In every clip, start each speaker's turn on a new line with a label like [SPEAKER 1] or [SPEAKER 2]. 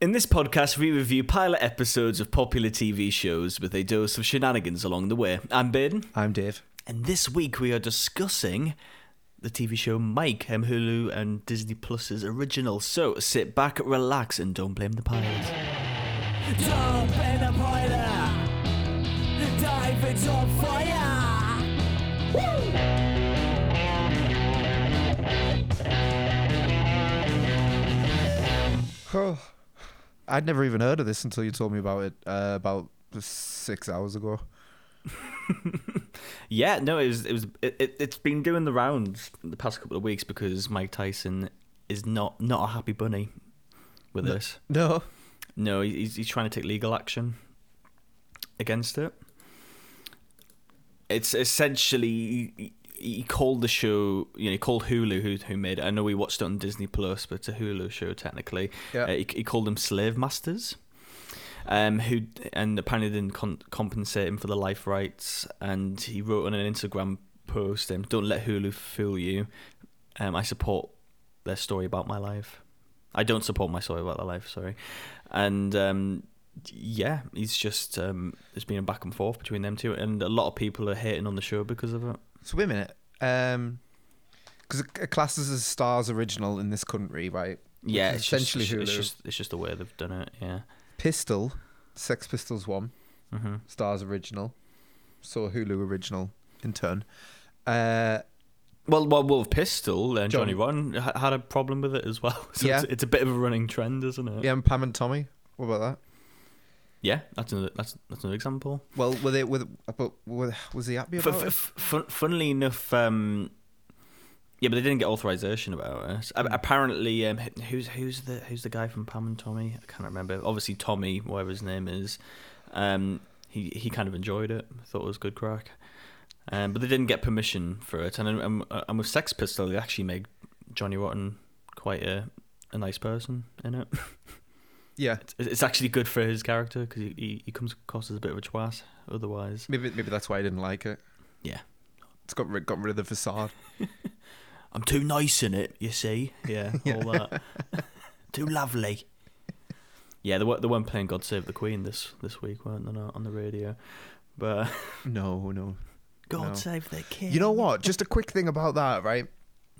[SPEAKER 1] In this podcast, we review pilot episodes of popular TV shows with a dose of shenanigans along the way. I'm Baden,
[SPEAKER 2] I'm Dave.
[SPEAKER 1] and this week we are discussing the TV show Mike, M Hulu and Disney Plus's original. So sit back, relax, and don't blame the pilot.
[SPEAKER 3] Jump in the boiler. Dive into fire.
[SPEAKER 2] Oh, I'd never even heard of this until you told me about it uh, about six hours ago.
[SPEAKER 1] Yeah, no, it was it was it, it, it's been doing the rounds the past couple of weeks because Mike Tyson is not not a happy bunny with this.
[SPEAKER 2] No.
[SPEAKER 1] No, he- he's he's trying to take legal action against it. It's essentially he- he called the show, you know, he called Hulu who who made it. I know we watched it on Disney Plus, but it's a Hulu show technically.
[SPEAKER 2] Yeah.
[SPEAKER 1] Uh, he, he called them slave masters. Um, who and apparently didn't con- compensate him for the life rights, and he wrote on an Instagram post, um, "Don't let Hulu fool you. Um, I support their story about my life. I don't support my story about their life. Sorry." and um, yeah, he's just um, there's been a back and forth between them two, and a lot of people are hating on the show because of it.
[SPEAKER 2] So wait a minute. Um, because it, it classes as stars original in this country, right? Which
[SPEAKER 1] Yeah,
[SPEAKER 2] is
[SPEAKER 1] it's
[SPEAKER 2] essentially
[SPEAKER 1] just, It's
[SPEAKER 2] Hulu.
[SPEAKER 1] just it's just the way they've done it. Yeah,
[SPEAKER 2] Pistol, Sex Pistols one,
[SPEAKER 1] hmm
[SPEAKER 2] stars original, so Hulu original in turn. Uh,
[SPEAKER 1] well, well, Wolf Pistol and
[SPEAKER 2] John-
[SPEAKER 1] Johnny Ron ha- had a problem with it as well. So
[SPEAKER 2] Yeah.
[SPEAKER 1] it's, it's a bit of a running trend, isn't it?
[SPEAKER 2] yeah, and Pam and Tommy. What about that?
[SPEAKER 1] yeah. That's another that's that's another example.
[SPEAKER 2] Well, were they with? But were, was he happy
[SPEAKER 1] F-
[SPEAKER 2] about
[SPEAKER 1] f-
[SPEAKER 2] it?
[SPEAKER 1] f- fun- funnily enough, um, yeah, but they didn't get authorization about it. A-
[SPEAKER 2] Hmm.
[SPEAKER 1] Apparently, um, h- who's who's the who's the guy from Pam and Tommy? I can't remember. Obviously, Tommy, whatever his name is, um, he he kind of enjoyed it. Thought it was good crack. Um, but they didn't get permission for it. And and, and with Sex Pistol, they actually made Johnny Rotten quite a a nice person in it.
[SPEAKER 2] Yeah,
[SPEAKER 1] It's- It's actually good for his character because he, he, he comes across as a bit of a twat otherwise.
[SPEAKER 2] maybe maybe that's why I didn't like it.
[SPEAKER 1] Yeah.
[SPEAKER 2] It's got rid, got rid of the facade.
[SPEAKER 1] I'm too nice in it, you see. Yeah, all that. too lovely. Yeah, they, were, they weren't playing God Save the Queen this, this week, weren't they, no, on the radio? But
[SPEAKER 2] No, no.
[SPEAKER 1] God
[SPEAKER 2] No.
[SPEAKER 1] Save the King.
[SPEAKER 2] You know what? Just a quick thing about that, right?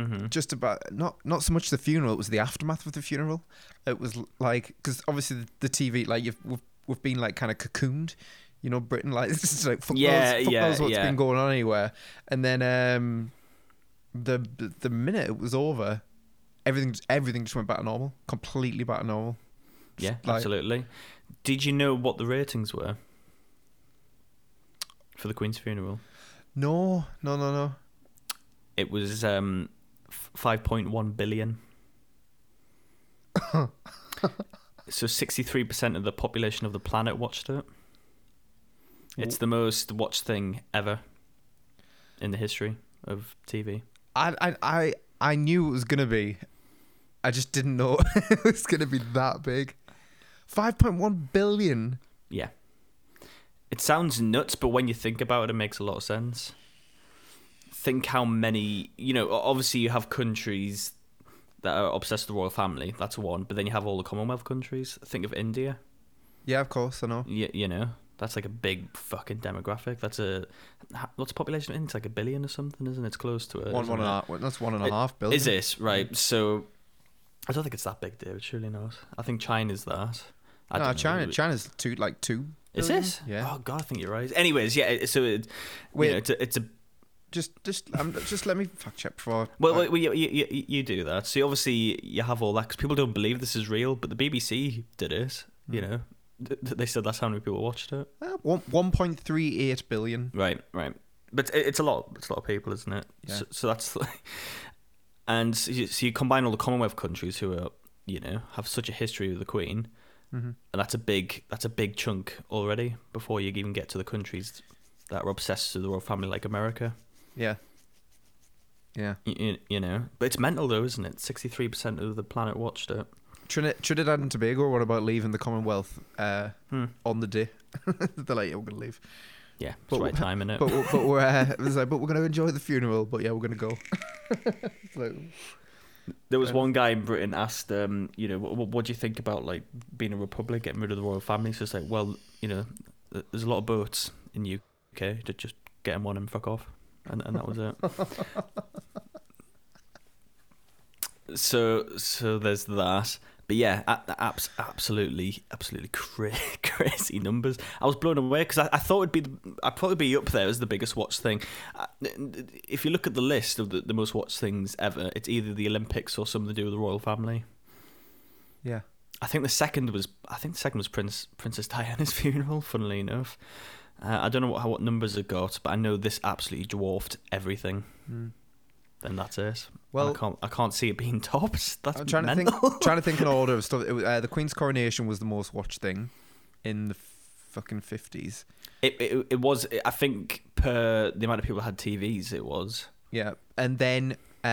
[SPEAKER 1] hmm
[SPEAKER 2] Just about not not so much the funeral. It was the aftermath of the funeral. It was l- like because obviously the, the TV, like you've we've, we've been like kind of cocooned, you know, Britain. Like it's just like fuck
[SPEAKER 1] Yeah,
[SPEAKER 2] knows, fuck
[SPEAKER 1] yeah,
[SPEAKER 2] knows what's
[SPEAKER 1] yeah.
[SPEAKER 2] been going on anywhere. And then um, the the minute it was over, everything everything just went back to normal, completely back to normal.
[SPEAKER 1] Yeah,
[SPEAKER 2] like-
[SPEAKER 1] absolutely. Did you know what the ratings were for the Queen's funeral?
[SPEAKER 2] No, no, no, no.
[SPEAKER 1] It was um, f- 5.1 billion. so 63% of the population of the planet watched it. It's the most watched thing ever in the history of TV.
[SPEAKER 2] I I I, I knew it was gonna be. I just didn't know it was gonna be that big. Five point one billion.
[SPEAKER 1] Yeah. It sounds nuts, but when you think about it, it makes a lot of sense. Think how many, you know, o- obviously you have countries that are obsessed with the royal family, that's one, but then you have all the Commonwealth countries. Think of India.
[SPEAKER 2] Yeah, of course I know.
[SPEAKER 1] you, you know that's like a big fucking demographic that's a ha- what's the population in it's like a billion or something isn't it it's close to it
[SPEAKER 2] One
[SPEAKER 1] isn't
[SPEAKER 2] one and
[SPEAKER 1] it?
[SPEAKER 2] a half. well, That's one and a
[SPEAKER 1] It-
[SPEAKER 2] half billion.
[SPEAKER 1] is it right so i don't think it's that big david surely not i think china's that I
[SPEAKER 2] no,
[SPEAKER 1] don't know.
[SPEAKER 2] China. China's two like two.
[SPEAKER 1] is
[SPEAKER 2] billion?
[SPEAKER 1] this
[SPEAKER 2] Yeah.
[SPEAKER 1] oh god i think you're right anyways yeah it- so it, Wait.
[SPEAKER 2] Wait.
[SPEAKER 1] You know, it's a, it's a
[SPEAKER 2] Just just um, just let me fact check before.
[SPEAKER 1] well,
[SPEAKER 2] I-
[SPEAKER 1] well you, you, you, you do that so obviously you have all that because people don't believe this is real but the bbc did it you
[SPEAKER 2] Mm.
[SPEAKER 1] know Th- th- they said that's how many people watched it
[SPEAKER 2] uh, one one point three eight billion.
[SPEAKER 1] Right, right. But it- it's a lot. It's a lot of people, isn't it?
[SPEAKER 2] Yeah.
[SPEAKER 1] So, so that's, and so you, so you combine all the Commonwealth countries who are, you know, have such a history with the Queen,
[SPEAKER 2] Mm-hmm.
[SPEAKER 1] and that's a big that's a big chunk already before you even get to the countries that are obsessed with the royal family like America.
[SPEAKER 2] Yeah. Yeah.
[SPEAKER 1] You, you, you know, but it's mental though, isn't it? Sixty three percent of the planet watched it.
[SPEAKER 2] Trini- Trinidad and Tobago. What about leaving the Commonwealth uh,
[SPEAKER 1] Hmm.
[SPEAKER 2] on the day? They're like, yeah, we're gonna leave.
[SPEAKER 1] Yeah, it's
[SPEAKER 2] But
[SPEAKER 1] right
[SPEAKER 2] wh-
[SPEAKER 1] time in it.
[SPEAKER 2] but we're- but we're uh, it's like, but we're gonna enjoy the funeral. But yeah, we're gonna go. It's like,
[SPEAKER 1] There was one guy in Britain asked, um, you know, what, what do you think about like being a republic, getting rid of the royal family? So it's like, well, you know, th- there's a lot of boats in UK. Just just get them on and fuck off, and and that was it. so so there's that. But yeah, a- a- abs- absolutely, absolutely cra- crazy numbers. I was blown away because I, I thought it'd be, the- I'd probably be up there as the biggest watch thing. I- If you look at the list of the, the most watched things ever, it's either the Olympics or something to do with the royal family.
[SPEAKER 2] Yeah.
[SPEAKER 1] I think the second was, I think the second was Prince Princess Diana's funeral. Funnily enough, uh, I don't know what how, what numbers it got, but I know this absolutely dwarfed everything.
[SPEAKER 2] Mm.
[SPEAKER 1] Then that's it. Well,
[SPEAKER 2] Well,
[SPEAKER 1] I can't, I can't see it being tops. That's
[SPEAKER 2] I'm trying
[SPEAKER 1] mental.
[SPEAKER 2] to think. Trying to think in order of stuff. It was, uh, the Queen's coronation was the most watched thing in the fucking fifties.
[SPEAKER 1] It, it it was. I think per the amount of people that had TVs, it was.
[SPEAKER 2] Yeah, and then
[SPEAKER 1] A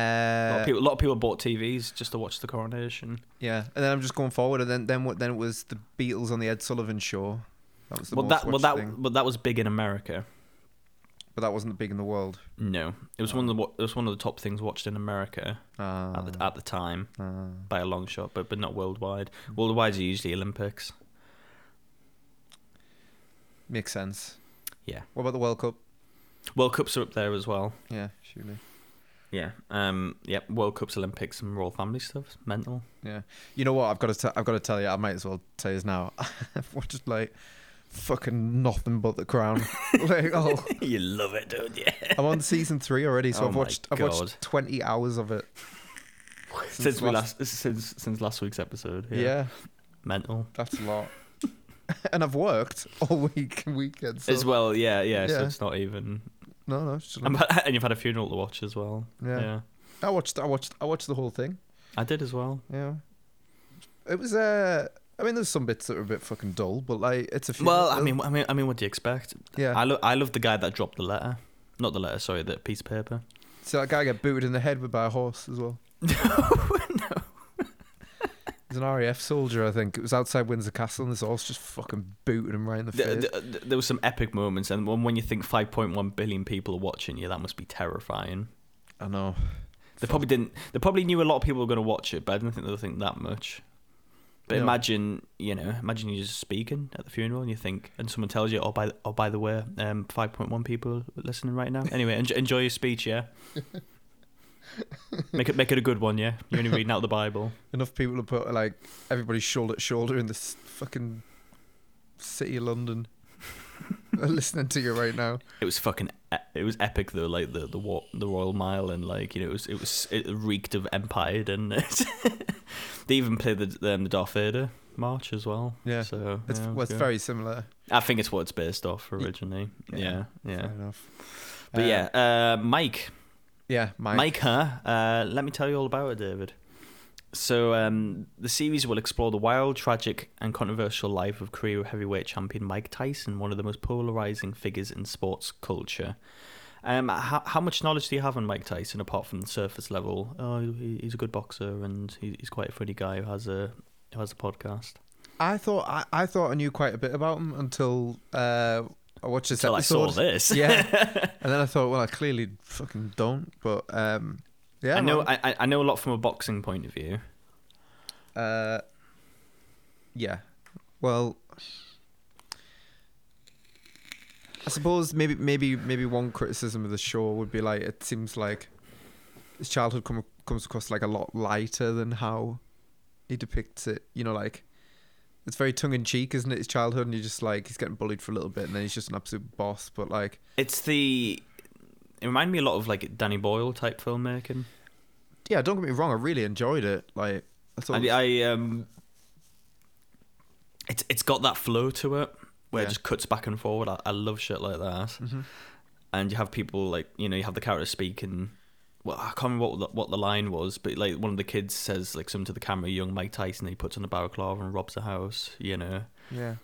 [SPEAKER 1] lot,
[SPEAKER 2] uh,
[SPEAKER 1] of people, a lot of people bought TVs just to watch the coronation.
[SPEAKER 2] yeah, and then I'm just going forward, and then then what? Then it was the Beatles on the Ed Sullivan Show. That was the
[SPEAKER 1] Well,
[SPEAKER 2] most
[SPEAKER 1] that well
[SPEAKER 2] watched
[SPEAKER 1] that
[SPEAKER 2] thing,
[SPEAKER 1] but that was big in America.
[SPEAKER 2] but that wasn't big in the world.
[SPEAKER 1] No, it was one of the wa- it was one of the top things watched in America
[SPEAKER 2] Uh,
[SPEAKER 1] at the at the time
[SPEAKER 2] uh,
[SPEAKER 1] by a long shot, but but not worldwide. Worldwide are usually Olympics.
[SPEAKER 2] makes sense.
[SPEAKER 1] Yeah,
[SPEAKER 2] What about the World Cup?
[SPEAKER 1] World Cups are up there as well.
[SPEAKER 2] Yeah, surely.
[SPEAKER 1] Yeah, um, yep. World Cups, Olympics, and royal family stuff. Mental.
[SPEAKER 2] Yeah. You know what? I've got to. T- I've got to tell you. I might as well tell you now. I've watched like fucking nothing but The Crown. like, oh,
[SPEAKER 1] you love it, don't you?
[SPEAKER 2] I'm on season three already, so
[SPEAKER 1] Oh
[SPEAKER 2] I've
[SPEAKER 1] my
[SPEAKER 2] watched. I've
[SPEAKER 1] God.
[SPEAKER 2] watched 20 hours of it.
[SPEAKER 1] Since, we last since since last week's episode.
[SPEAKER 2] Yeah.
[SPEAKER 1] mental.
[SPEAKER 2] that's a lot. and I've worked all week and weekends. So.
[SPEAKER 1] as well. Yeah, yeah, So
[SPEAKER 2] Yeah.
[SPEAKER 1] it's not even.
[SPEAKER 2] No, no. it's just-
[SPEAKER 1] And and you've had a funeral to watch as well.
[SPEAKER 2] Yeah.
[SPEAKER 1] Yeah.
[SPEAKER 2] I watched. I watched. I watched the whole thing.
[SPEAKER 1] I did as well.
[SPEAKER 2] Yeah. It was. Uh. I mean, there's some bits that are a bit fucking dull, but like, it's a. funeral.
[SPEAKER 1] Well, I mean, I mean, I mean, what do you expect?
[SPEAKER 2] yeah.
[SPEAKER 1] I love, I love the guy that dropped the letter, not the letter. Sorry, the piece of paper.
[SPEAKER 2] So that guy got booted in the head with by a horse as well. no, no. He's an RAF soldier, I think. It was outside Windsor Castle, and this horse just fucking booted him right in the
[SPEAKER 1] Th-
[SPEAKER 2] face.
[SPEAKER 1] th- th- there was some epic moments, and when when you think 5.1 billion people are watching you, that must be terrifying.
[SPEAKER 2] I know.
[SPEAKER 1] They probably didn't. They probably knew a lot of people were going to watch it, but I didn't think they'd think that much. But
[SPEAKER 2] No.
[SPEAKER 1] imagine, you know, imagine you're just speaking at the funeral, and you think, and someone tells you, "Oh, by, oh, by the way, um, 5.1 people are listening right now." Anyway, enjoy, enjoy your speech, yeah. make it, make it a good one, yeah. You're only reading out the Bible.
[SPEAKER 2] Enough people to put like everybody shoulder to shoulder in this fucking city of London. They're listening to you right now.
[SPEAKER 1] It was fucking, e- it was epic though. Like the the wa- the Royal Mile, and like you know, it was it was it reeked of empire, didn't it? they even played the um, the Darth Vader march as well.
[SPEAKER 2] Yeah.
[SPEAKER 1] so
[SPEAKER 2] It's,
[SPEAKER 1] yeah, it
[SPEAKER 2] well,
[SPEAKER 1] was
[SPEAKER 2] it's
[SPEAKER 1] good.
[SPEAKER 2] very similar.
[SPEAKER 1] I think it's what it's based off originally.
[SPEAKER 2] Yeah.
[SPEAKER 1] Yeah, yeah.
[SPEAKER 2] Fair enough.
[SPEAKER 1] But
[SPEAKER 2] Uh,
[SPEAKER 1] yeah, uh, Mike,
[SPEAKER 2] yeah, Mike.
[SPEAKER 1] Mike, huh? Uh, let me tell you all about it, David. So um, the series will explore the wild, tragic, and controversial life of career heavyweight champion Mike Tyson, one of the most polarizing figures in sports culture. Um, how, how much knowledge do you have on Mike Tyson apart from the surface level? Oh, he, he's a good boxer and he, he's quite a funny guy who has a who has a podcast.
[SPEAKER 2] I thought I, I thought I knew quite a bit about him until uh, I watched this
[SPEAKER 1] Till I
[SPEAKER 2] episode.
[SPEAKER 1] saw this.
[SPEAKER 2] Yeah. and then I thought, well, I clearly fucking don't. But um, yeah,
[SPEAKER 1] I know
[SPEAKER 2] man.
[SPEAKER 1] I, I- I know a lot from a boxing point of view.
[SPEAKER 2] uh, yeah. Well, I suppose maybe maybe maybe one criticism of the show would be like it seems like his childhood come, comes across like a lot lighter than how he depicts it. You know, like it's very tongue in cheek, isn't it? His childhood, and you're just like he's getting bullied for a little bit, and then he's just an absolute boss. But like,
[SPEAKER 1] It's the. It reminded me a lot of like Danny Boyle type filmmaking.
[SPEAKER 2] yeah, don't get me wrong, I really enjoyed it. Like, I thought. it was-
[SPEAKER 1] I, I um. It's it's got that flow to it where
[SPEAKER 2] Yeah.
[SPEAKER 1] it just cuts back and forward. I, I love shit like that. And you have people like you know you have the character speaking. Well, I can't remember what the, what the line was, but like one of the kids says like something to the camera, young Mike Tyson. He puts on a barraclava and robs a house. You know.
[SPEAKER 2] yeah.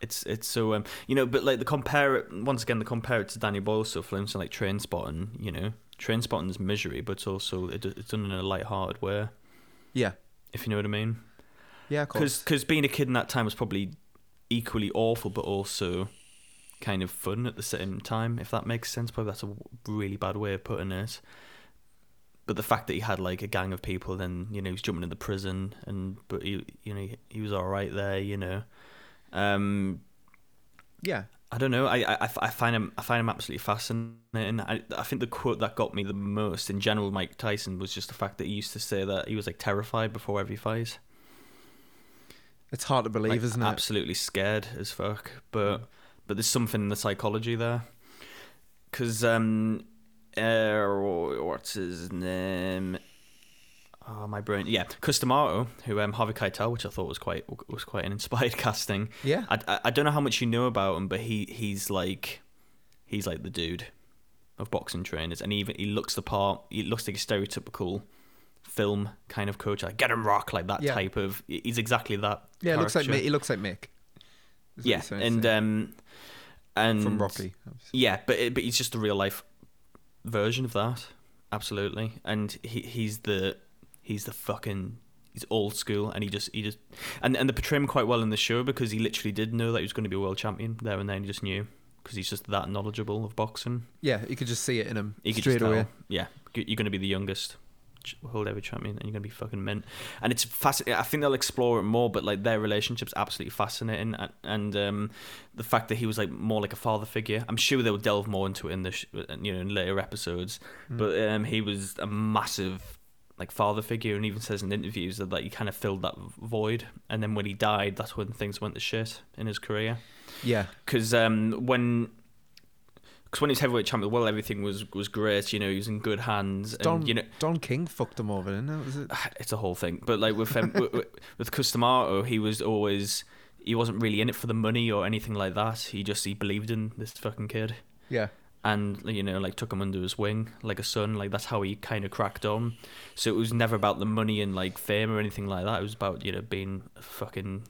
[SPEAKER 1] It's it's so um you know, but like the compare it once again the compare it to Danny Boyle stuff, for instance, like Train Spotting, you know, Train Spotting's misery, but it's also it, it's done in a light-hearted way,
[SPEAKER 2] Yeah.
[SPEAKER 1] if you know what I mean.
[SPEAKER 2] Yeah, of course.
[SPEAKER 1] Because being a kid in that time was probably equally awful, but also kind of fun at the same time, if that makes sense. Probably that's a really bad way of putting it. but the fact that he had like a gang of people, then you know he's jumping into prison, and but he you know he, he was all right there, you know. Um,
[SPEAKER 2] Yeah.
[SPEAKER 1] I don't know. I, I- I, I find him I find him absolutely fascinating. I, I think the quote that got me the most in general, Mike Tyson, was just the fact that he used to say that he was like terrified before every fight.
[SPEAKER 2] It's hard to believe,
[SPEAKER 1] Like,
[SPEAKER 2] isn't it? Mm.
[SPEAKER 1] Absolutely scared as fuck. But but there's something in the psychology there, because um, uh, what's his name? Oh, my brain. Yeah, Customato, who um Harvey Keitel, which I thought was quite was quite an inspired casting.
[SPEAKER 2] yeah.
[SPEAKER 1] I, I, I don't know how much you know about him, but he he's like he's like the dude of boxing trainers, and he even he looks the part. He looks like a stereotypical film kind of coach, like get him rock, like that
[SPEAKER 2] Yeah.
[SPEAKER 1] type of. He's exactly that.
[SPEAKER 2] yeah, it looks like
[SPEAKER 1] character.
[SPEAKER 2] Mick. He looks like Mick. Is what
[SPEAKER 1] Yeah,
[SPEAKER 2] he's trying to
[SPEAKER 1] and
[SPEAKER 2] say.
[SPEAKER 1] um, and
[SPEAKER 2] from Rocky. obviously.
[SPEAKER 1] yeah, but it, but he's just the real life version of that. Absolutely, and he he's the he's the fucking he's old school, and he just he just and and they portray him quite well in the show because he literally did know that he was going to be a world champion there and then. He just knew because he's just that knowledgeable of boxing.
[SPEAKER 2] Yeah, you could just see it in him
[SPEAKER 1] He could
[SPEAKER 2] straight
[SPEAKER 1] just
[SPEAKER 2] away.
[SPEAKER 1] Tell, yeah, you- you're going to be the youngest ch- world ever champion, and you're going to be fucking mint. And it's fascinating. I think they'll explore it more, but like their relationship's absolutely fascinating, and, and um, the fact that he was like more like a father figure. I'm sure they'll delve more into it in the sh- you know in later episodes,
[SPEAKER 2] Hmm.
[SPEAKER 1] but um, he was a massive like father figure, and even says in interviews that like he kind of filled that void. And then when he died, that's when things went to shit in his career
[SPEAKER 2] Yeah,
[SPEAKER 1] because um, when because when he was heavyweight champion, well, everything was was great. You know, he was in good hands,
[SPEAKER 2] Don
[SPEAKER 1] and you know,
[SPEAKER 2] Don King fucked him over, didn't it? Was it?
[SPEAKER 1] it's a whole thing. But like with um, with, with Customato, he was always he wasn't really in it for the money or anything like that. He just he believed in this fucking kid,
[SPEAKER 2] Yeah,
[SPEAKER 1] and you know, like took him under his wing like a son. Like that's how he kind of cracked on. So it was never about the money and like fame or anything like that. It was about you know being a fucking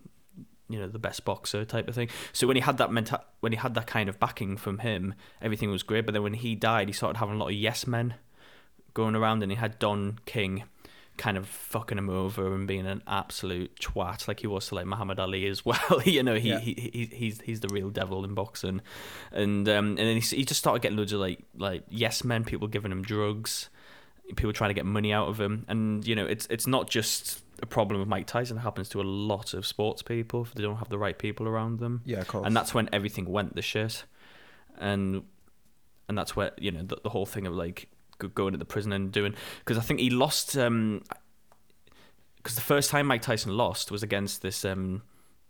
[SPEAKER 1] you know the best boxer type of thing. So when he had that menta- when he had that kind of backing from him, everything was great. But then when he died, he started having a lot of yes men going around, and he had Don King kind of fucking him over and being an absolute twat, like he was to like Muhammad Ali as well. you know, he,
[SPEAKER 2] Yeah.
[SPEAKER 1] he, he he's he's the real devil in boxing, and um and then he, s- he just started getting loads of like like yes men, people giving him drugs people trying to get money out of him. And you know, it's it's not just a problem with Mike Tyson. It happens to a lot of sports people if they don't have the right people around them.
[SPEAKER 2] yeah, of course.
[SPEAKER 1] And that's when everything went the shit. And and that's where you know the, the whole thing of like go- going to the prison and doing because I think he lost. um 'cause because the first time Mike Tyson lost was against this um,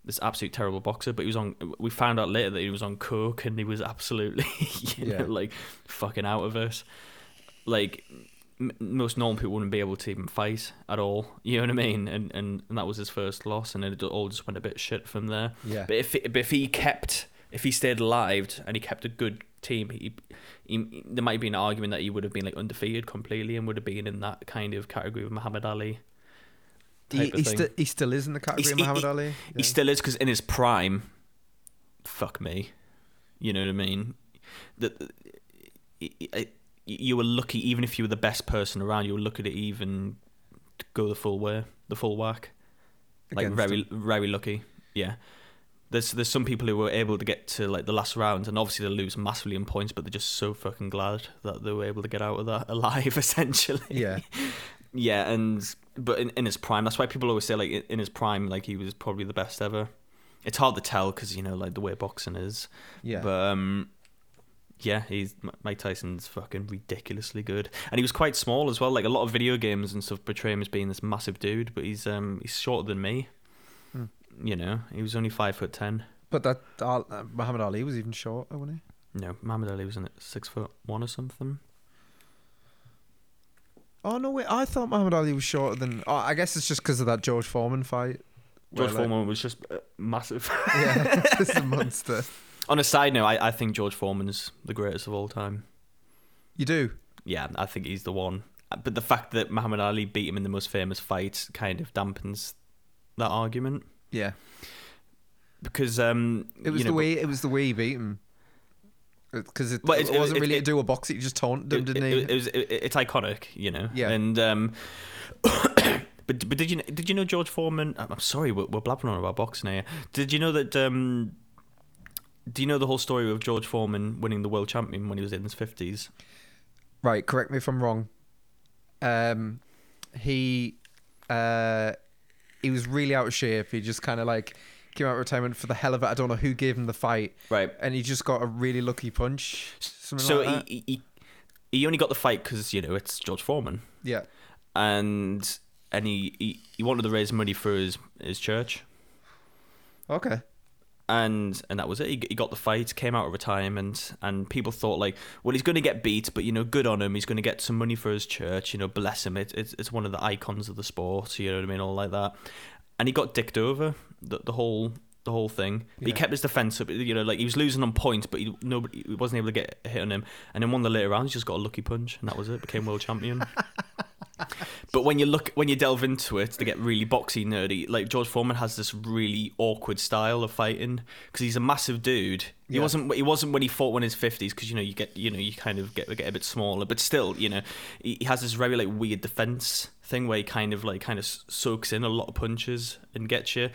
[SPEAKER 1] this absolute terrible boxer, but he was on. We found out later that he was on coke and he was absolutely, you
[SPEAKER 2] Yeah.
[SPEAKER 1] know, like fucking out of it. Like m- most normal people wouldn't be able to even fight at all. You know what I mean? And and, and that was his first loss, and then it all just went a bit shit from there.
[SPEAKER 2] yeah,
[SPEAKER 1] But if but if he kept if he stayed alive and he kept a good team, he, he there might be an argument that he would have been like undefeated completely and would have been in that kind of category with Muhammad Ali.
[SPEAKER 2] he,
[SPEAKER 1] type of
[SPEAKER 2] he,
[SPEAKER 1] thing.
[SPEAKER 2] sti- he still is in the category
[SPEAKER 1] He's-
[SPEAKER 2] of
[SPEAKER 1] he-
[SPEAKER 2] Muhammad
[SPEAKER 1] he-
[SPEAKER 2] Ali.
[SPEAKER 1] He
[SPEAKER 2] Yeah.
[SPEAKER 1] still is because in his prime, fuck me, you know what I mean. That you were lucky, even if you were the best person around, you were lucky to even go the full way, the full whack. like
[SPEAKER 2] Against
[SPEAKER 1] very
[SPEAKER 2] him.
[SPEAKER 1] very lucky. Yeah. There's there's some people who were able to get to like the last round and obviously they lose massively in points, but they're just so fucking glad that they were able to get out of that alive essentially.
[SPEAKER 2] Yeah,
[SPEAKER 1] Yeah, and but in, in his prime, that's why people always say like in- in his prime, like he was probably the best ever. It's hard to tell because you know like the way boxing is.
[SPEAKER 2] yeah.
[SPEAKER 1] But um, yeah, he's M- Mike Tyson's fucking ridiculously good, and he was quite small as well. Like a lot of video games and stuff portray him as being this massive dude, but he's um he's shorter than me.
[SPEAKER 2] Hmm.
[SPEAKER 1] You know, he was only five foot ten.
[SPEAKER 2] But that Al- uh, Muhammad Ali was even shorter, wasn't
[SPEAKER 1] No, Muhammad Ali was in at six foot one or something.
[SPEAKER 2] he? Oh no, wait. I thought Muhammad Ali was shorter than. Oh, I guess it's just because of that George Foreman fight.
[SPEAKER 1] George
[SPEAKER 2] where, like-
[SPEAKER 1] Foreman was just uh, massive.
[SPEAKER 2] yeah, this is a monster.
[SPEAKER 1] On a side note, I, I think George Foreman's the greatest of all time.
[SPEAKER 2] You do.
[SPEAKER 1] Yeah, I think he's the one. Uh, But the fact that Muhammad Ali beat him in the most famous fight kind of dampens that argument
[SPEAKER 2] Yeah.
[SPEAKER 1] because um
[SPEAKER 2] It was
[SPEAKER 1] you know,
[SPEAKER 2] the way it was the way he beat him. Because it,
[SPEAKER 1] Well,
[SPEAKER 2] it,
[SPEAKER 1] it's-
[SPEAKER 2] wasn't
[SPEAKER 1] it-
[SPEAKER 2] really
[SPEAKER 1] it-
[SPEAKER 2] to do a box; he just taunted him,
[SPEAKER 1] it,
[SPEAKER 2] didn't he?
[SPEAKER 1] it- it was it, it's iconic, you know.
[SPEAKER 2] Yeah.
[SPEAKER 1] And um, but but did you did you know George Foreman? I'm I'm sorry, we're, we're blabbering on about boxing here. Did you know that? Um, do you know the whole story of George Foreman winning the world champion when he was in his fifties?
[SPEAKER 2] right, correct me if I'm wrong. um, he uh, he was really out of shape. He just kind of like came out of retirement for the hell of it. I don't know who gave him the fight,
[SPEAKER 1] Right.
[SPEAKER 2] and he just got a really lucky punch. Something
[SPEAKER 1] so
[SPEAKER 2] like that.
[SPEAKER 1] he, he he only got the fight because you know it's George Foreman,
[SPEAKER 2] yeah,
[SPEAKER 1] and and he, he, he wanted to raise money for his his church,
[SPEAKER 2] okay,
[SPEAKER 1] and and that was it. He, he got the fight, came out of retirement, and people thought like, well, he's going to get beat, but you know, good on him. He's going to get some money for his church. You know, bless him. It, it's it's one of the icons of the sport. You know what I mean, all like that. And he got dicked over the, the whole the whole thing. But He
[SPEAKER 2] Yeah.
[SPEAKER 1] kept his defense up. You know, like he was losing on points, but he, nobody he wasn't able to get a hit on him. And then one of the later rounds, he just got a lucky punch, and that was it. Became world champion. But when you look, when you delve into it, they get really boxy nerdy. Like George Foreman has this really awkward style of fighting because he's a massive dude. He
[SPEAKER 2] Yeah.
[SPEAKER 1] wasn't. He wasn't when he fought when his fifties because you know you get you know you kind of get get a bit smaller. But still, you know, he, he has this very like weird defense thing where he kind of like kind of s- soaks in a lot of punches and gets you.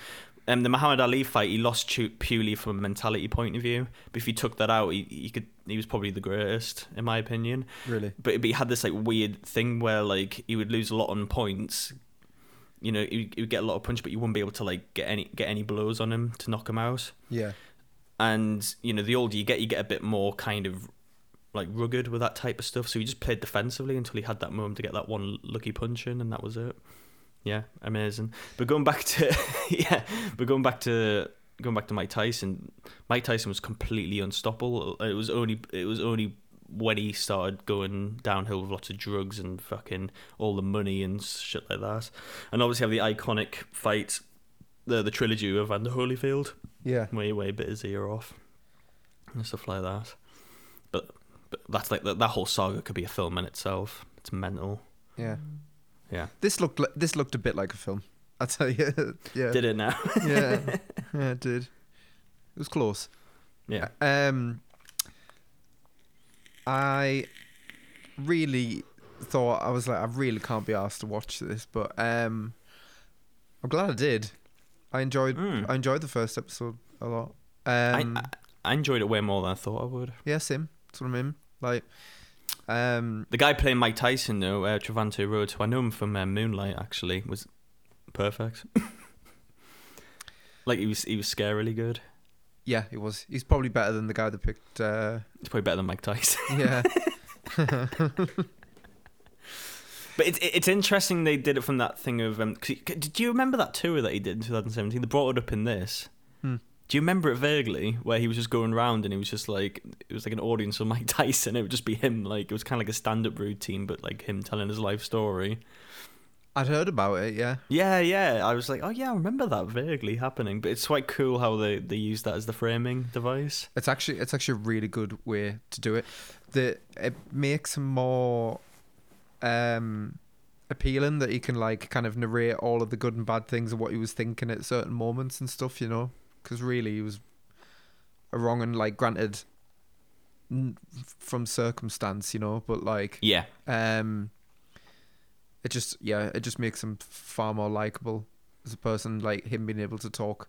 [SPEAKER 1] Um, the Muhammad Ali fight, he lost chu- purely from a mentality point of view. But if you took that out, he, he could. He was probably the greatest, in my opinion
[SPEAKER 2] really.
[SPEAKER 1] but, but he had this like weird thing where like he would lose a lot on points. You know, he, he would get a lot of punch, but you wouldn't be able to like get any get any blows on him to knock him out.
[SPEAKER 2] Yeah,
[SPEAKER 1] And you know, the older you get, you get a bit more kind of like rugged with that type of stuff. So he just played defensively until he had that moment to get that one lucky punch in, and that was it. Yeah, amazing. But going back to yeah, but going back to going back to Mike Tyson, Mike Tyson was completely unstoppable. It was only it was only when he started going downhill with lots of drugs and fucking all the money and shit like that. And obviously have the iconic fight, the the trilogy with Evander Holyfield,
[SPEAKER 2] yeah.
[SPEAKER 1] where he way bit his ear off and stuff like that. But but that's like that, that whole saga could be a film in itself. It's mental.
[SPEAKER 2] Yeah.
[SPEAKER 1] Yeah.
[SPEAKER 2] This looked li- this looked a bit like a film. I tell you. yeah.
[SPEAKER 1] Did it now?
[SPEAKER 2] yeah. Yeah, it did. It was close.
[SPEAKER 1] yeah.
[SPEAKER 2] Um I really thought I was like I really can't be asked to watch this, but um I'm glad I did. I enjoyed
[SPEAKER 1] Mm.
[SPEAKER 2] I enjoyed the first episode a lot.
[SPEAKER 1] I-
[SPEAKER 2] Um
[SPEAKER 1] I, I enjoyed it way more than I thought I would.
[SPEAKER 2] yeah, Sim. That's what I mean. Like um
[SPEAKER 1] The guy playing Mike Tyson, though, uh, Travante Rhodes, who I know him from uh, Moonlight, actually, was perfect. like he was, he was scarily good.
[SPEAKER 2] yeah, it was. He's probably better than the guy that picked uh
[SPEAKER 1] It's probably better than Mike Tyson.
[SPEAKER 2] yeah.
[SPEAKER 1] But it's it's interesting they did it from that thing of. Um, 'cause he- did you remember that tour that he did in 2017? They brought it up in this.
[SPEAKER 2] Hmm.
[SPEAKER 1] Do you remember it vaguely? Where he was just going round and he was just like, it was like an audience of Mike Tyson. It would just be him. Like it was kind of like a stand-up routine, but like him telling his life story.
[SPEAKER 2] I'd heard about it, yeah.
[SPEAKER 1] Yeah, yeah. I was like, oh yeah, I remember that vaguely happening. But it's quite cool how they they use that as the framing device.
[SPEAKER 2] It's actually it's actually a really good way to do it. The it makes him more um appealing that he can like kind of narrate all of the good and bad things and what he was thinking at certain moments and stuff, you know. Because really he was a wrong and like granted n- from circumstance, you know, but like
[SPEAKER 1] Yeah,
[SPEAKER 2] um it just yeah it just makes him far more likable as a person like him being able to talk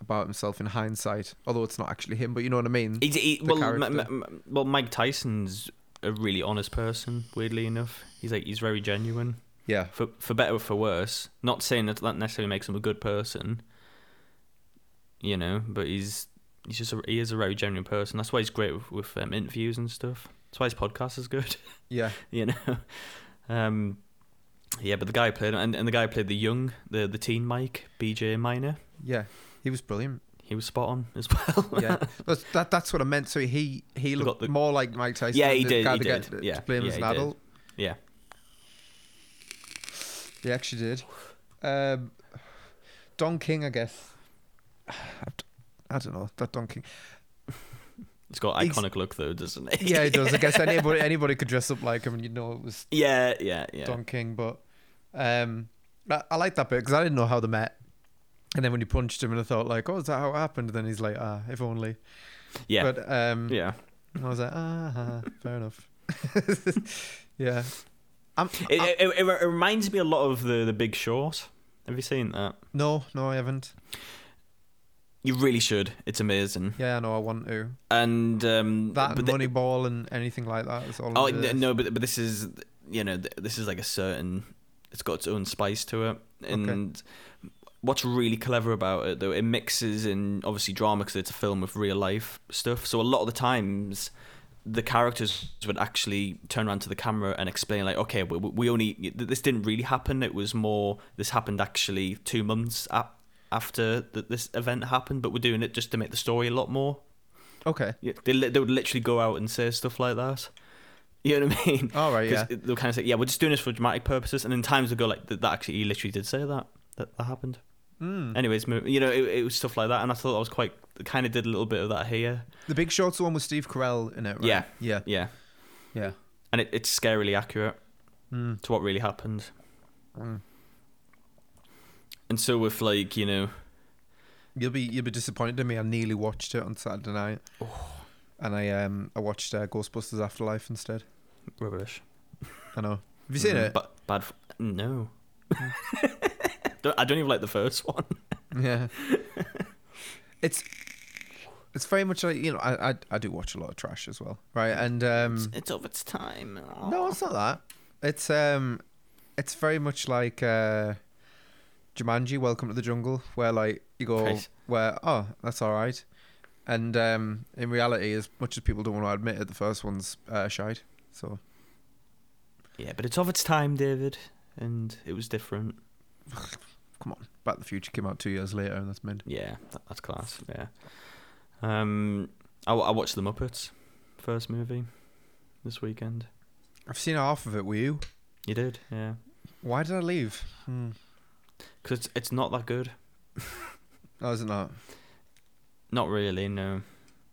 [SPEAKER 2] about himself in hindsight although it's not actually him but you know what i mean
[SPEAKER 1] he, he,
[SPEAKER 2] The
[SPEAKER 1] well, m-
[SPEAKER 2] character.
[SPEAKER 1] m- m- well, Mike Tyson's a really honest person. Weirdly enough, he's like he's very genuine
[SPEAKER 2] yeah
[SPEAKER 1] for for better or for worse. Not saying that that necessarily makes him a good person, you know. But he's he's just a, he is a very genuine person. That's why he's great with, with um, interviews and stuff. That's why his podcast is good.
[SPEAKER 2] yeah
[SPEAKER 1] you know. Um, yeah, but the guy who played and, and the guy who played the young, the the teen Mike, BJ Minor,
[SPEAKER 2] yeah he was brilliant
[SPEAKER 1] he was spot on as well.
[SPEAKER 2] yeah that's, that, that's what i meant so he he
[SPEAKER 1] got
[SPEAKER 2] looked
[SPEAKER 1] the-
[SPEAKER 2] more like mike tyson
[SPEAKER 1] Yeah,
[SPEAKER 2] than
[SPEAKER 1] he
[SPEAKER 2] the
[SPEAKER 1] did,
[SPEAKER 2] guy
[SPEAKER 1] he
[SPEAKER 2] that
[SPEAKER 1] did.
[SPEAKER 2] got, uh,
[SPEAKER 1] Yeah,
[SPEAKER 2] to play him
[SPEAKER 1] yeah,
[SPEAKER 2] as an
[SPEAKER 1] he did.
[SPEAKER 2] adult
[SPEAKER 1] yeah.
[SPEAKER 2] he actually did um don king i guess i don't know that don king
[SPEAKER 1] It's got
[SPEAKER 2] Ex-
[SPEAKER 1] iconic look though, doesn't it?
[SPEAKER 2] yeah he does i guess anybody anybody could dress up like him and you know it was
[SPEAKER 1] yeah, yeah, yeah.
[SPEAKER 2] Don King, but um, I, I like that bit because I didn't know how they met. And then when he punched him, and I thought like, "Oh, is that how it happened?" And then he's like, "Ah, if only."
[SPEAKER 1] yeah,
[SPEAKER 2] But um,
[SPEAKER 1] yeah.
[SPEAKER 2] I was like, "Ah, ah, fair enough." yeah. I'm,
[SPEAKER 1] It,
[SPEAKER 2] I-
[SPEAKER 1] it, it, it reminds me a lot of the the Big Short. Have you seen that?
[SPEAKER 2] no, no, I haven't.
[SPEAKER 1] You really should. It's amazing.
[SPEAKER 2] Yeah, I know I want to.
[SPEAKER 1] And um,
[SPEAKER 2] That
[SPEAKER 1] but
[SPEAKER 2] and
[SPEAKER 1] the-
[SPEAKER 2] Moneyball and anything like that is all.
[SPEAKER 1] Oh
[SPEAKER 2] it is.
[SPEAKER 1] n- no, but but this is you know th- this is like a certain it's got its own spice to it and what's really clever about it though it mixes in obviously drama because it's a film with real life stuff so a lot of the times the characters would actually turn around to the camera and explain like okay we, we only th- this didn't really happen it was more this happened actually two months ap- after th- this event happened but we're doing it just to make the story a lot more
[SPEAKER 2] Okay.
[SPEAKER 1] yeah, they, li- they would literally go out and say stuff like that. You know what I mean?
[SPEAKER 2] All Oh, right. Yeah.
[SPEAKER 1] 'Cause They'll kind of say, "Yeah, we're just doing this for dramatic purposes," and in times they'll go like, "That that actually, he literally did say that. That that happened."
[SPEAKER 2] Mm.
[SPEAKER 1] Anyways, mo- you know, it, it was stuff like that, and I thought I was quite kind of did a little bit of that here.
[SPEAKER 2] The Big Short's the one with Steve Carell in it, right?
[SPEAKER 1] Yeah.
[SPEAKER 2] Yeah.
[SPEAKER 1] Yeah,
[SPEAKER 2] Yeah.
[SPEAKER 1] and it, it's scarily accurate
[SPEAKER 2] Mm.
[SPEAKER 1] to what really happened.
[SPEAKER 2] Mm.
[SPEAKER 1] And so with like you know,
[SPEAKER 2] You'll be you'll be disappointed in me. I nearly watched it on Saturday night,
[SPEAKER 1] Oh.
[SPEAKER 2] and I um I watched uh, Ghostbusters Afterlife instead.
[SPEAKER 1] rubbish.
[SPEAKER 2] I know. Have you seen
[SPEAKER 1] Mm-hmm.
[SPEAKER 2] it?
[SPEAKER 1] But bad. F- no. Don't- I don't even like the first one.
[SPEAKER 2] Yeah. it's it's very much like you know I, I I do watch a lot of trash as well, right? And
[SPEAKER 1] It's,
[SPEAKER 2] um
[SPEAKER 1] it's of its time.
[SPEAKER 2] no, it's not that. It's um it's very much like uh Jumanji Welcome to the Jungle where like you go
[SPEAKER 1] Right.
[SPEAKER 2] where oh that's all right. And um in reality as much as people don't want to admit it the first one's uh shite. So
[SPEAKER 1] Yeah, but it's of its time, David, and it was different.
[SPEAKER 2] Back to the Future came out 2 years later and that's mid.
[SPEAKER 1] Yeah, that, that's class. Yeah. Um, I, wa- I watched The Muppets first movie this weekend.
[SPEAKER 2] I've seen half of it, were you?
[SPEAKER 1] You did, yeah,
[SPEAKER 2] Why did I leave? Hmm.
[SPEAKER 1] because it's it's not that good.
[SPEAKER 2] Oh, is it not?
[SPEAKER 1] Not really, no.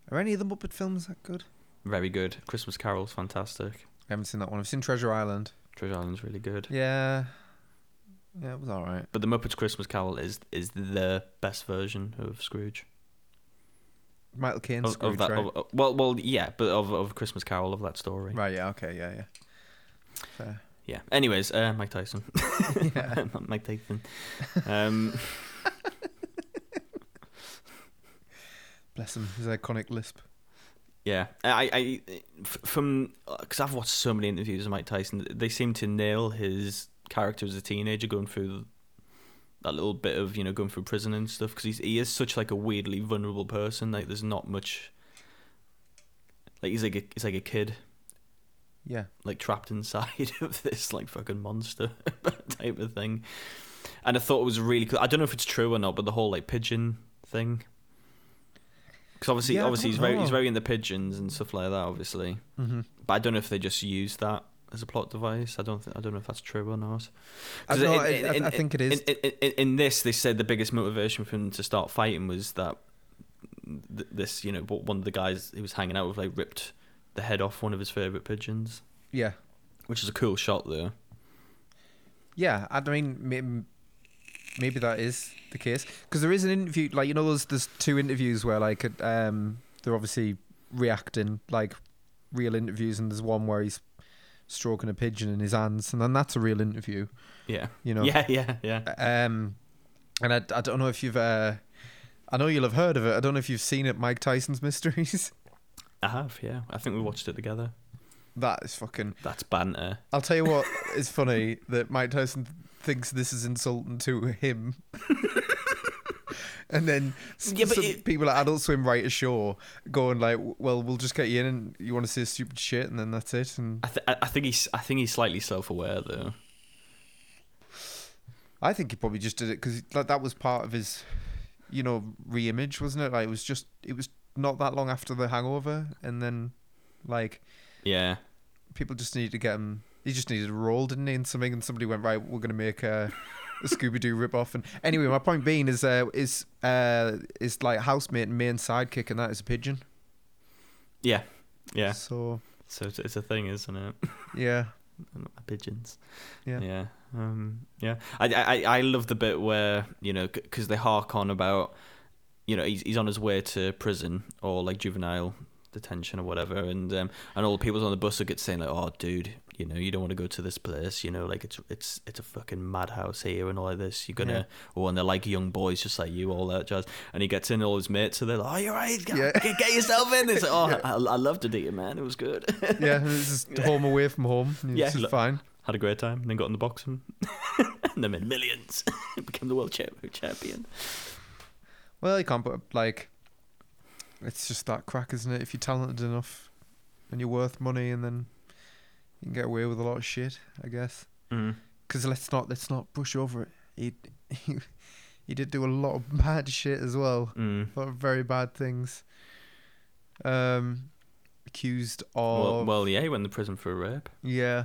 [SPEAKER 2] Are any of the Muppet films that good?
[SPEAKER 1] Very good. Christmas Carol's fantastic.
[SPEAKER 2] I haven't seen that one. I've seen Treasure Island.
[SPEAKER 1] Treasure Island's really good.
[SPEAKER 2] Yeah. Yeah, it was all right.
[SPEAKER 1] But The Muppets Christmas Carol is is the best version of Scrooge.
[SPEAKER 2] Michael Caine
[SPEAKER 1] Of,
[SPEAKER 2] Scrooge,
[SPEAKER 1] of that,
[SPEAKER 2] right?
[SPEAKER 1] of- of- well, well, yeah, but of of Christmas Carol of that story.
[SPEAKER 2] right, yeah, okay, yeah, yeah. Fair.
[SPEAKER 1] Yeah. Anyways, uh, Mike Tyson.
[SPEAKER 2] Yeah.
[SPEAKER 1] Mike Tyson. Um.
[SPEAKER 2] Bless him. His iconic lisp.
[SPEAKER 1] Yeah, I, I f- from because I've watched so many interviews of Mike Tyson, they seem to nail his character as a teenager going through that little bit of you know going through prison and stuff because he's he is such like a weirdly vulnerable person. Like there's not much, like he's like a, he's like a kid
[SPEAKER 2] Yeah.
[SPEAKER 1] like trapped inside of this like fucking monster type of thing. And I thought it was really cool. I don't know if it's true or not, but the whole like pigeon thing. Because obviously,
[SPEAKER 2] Yeah, I
[SPEAKER 1] obviously
[SPEAKER 2] don't
[SPEAKER 1] he's very he's
[SPEAKER 2] know.
[SPEAKER 1] very into pigeons and stuff like that. Obviously,
[SPEAKER 2] Mm-hmm.
[SPEAKER 1] but I don't know if they just use that as a plot device. I don't th- I don't know if that's true or not.
[SPEAKER 2] I,
[SPEAKER 1] 'Cause
[SPEAKER 2] no,
[SPEAKER 1] in-
[SPEAKER 2] I, I-
[SPEAKER 1] in-
[SPEAKER 2] I think it is.
[SPEAKER 1] In, in, in, in this, they said the biggest motivation for him to start fighting was that th- this you know one of the guys he was hanging out with like ripped the head off one of his favorite pigeons,
[SPEAKER 2] yeah.
[SPEAKER 1] which is a cool shot though.
[SPEAKER 2] Yeah, I mean, may- maybe that is the case because there is an interview, like you know, those there's two interviews where like um they're obviously reacting like real interviews, and there's one where he's stroking a pigeon in his hands, and then that's a real interview,
[SPEAKER 1] Yeah.
[SPEAKER 2] you know.
[SPEAKER 1] Yeah, yeah, yeah.
[SPEAKER 2] Um, and I, I don't know if you've, uh, I know you'll have heard of it. I don't know if you've seen it, Mike Tyson's Mysteries.
[SPEAKER 1] I have, yeah. I think we watched it together.
[SPEAKER 2] that is fucking.
[SPEAKER 1] That's banter.
[SPEAKER 2] I'll tell you what is funny that Mike Tyson thinks this is insulting to him. And then s-
[SPEAKER 1] Yeah, but
[SPEAKER 2] some
[SPEAKER 1] it-
[SPEAKER 2] people at Adult Swim right ashore going like, "Well, we'll just get you in, and you want to see stupid shit, and then that's it." And
[SPEAKER 1] I, th- I I think he's I think he's slightly self-aware though.
[SPEAKER 2] I think he probably just did it because that, that was part of his, you know, re-image, wasn't it? Like it was just, it was not that long after The Hangover, and then, like,
[SPEAKER 1] Yeah.
[SPEAKER 2] people just needed to get him. He just needed a role, didn't he? And something, and somebody went right. We're going to make a, a Scooby Doo rip off. And anyway, my point being is, uh, is, uh, is like housemate and main sidekick, and that is a pigeon.
[SPEAKER 1] Yeah. Yeah.
[SPEAKER 2] So
[SPEAKER 1] So it's, it's a thing, isn't it?
[SPEAKER 2] yeah,
[SPEAKER 1] Pigeons.
[SPEAKER 2] Yeah.
[SPEAKER 1] Yeah. Um, yeah. I, I I love the bit where you know because they hark on about you know he's he's on his way to prison or like juvenile detention or whatever, and um, and all the people on the bus would get saying like, "Oh, dude, you know, you don't want to go to this place, you know, like it's it's it's a fucking madhouse here and all of this. You're gonna, oh, and they're like young boys, just like you, all that jazz." And he gets in all his mates, and they're like, "Oh, you're right, get,
[SPEAKER 2] Yeah.
[SPEAKER 1] get, get yourself in." It's like, "Oh, I, I loved it, here, man. It was good.
[SPEAKER 2] yeah, this is home away from home.
[SPEAKER 1] Yeah,
[SPEAKER 2] This is
[SPEAKER 1] look.
[SPEAKER 2] fine.
[SPEAKER 1] Had a great time." And then got in the box and, and then made millions. Became the world cha- champion.
[SPEAKER 2] Well, you can't put like. It's just that crack, isn't it? If you're talented enough, and you're worth money, and then you can get away with a lot of shit, I guess.
[SPEAKER 1] Mm.
[SPEAKER 2] Because let's not let's not brush over it. He, he he did do a lot of bad shit as well.
[SPEAKER 1] Mm.
[SPEAKER 2] A lot of very bad things. Um, accused of
[SPEAKER 1] Well, well, yeah, he went to prison for rape.
[SPEAKER 2] yeah,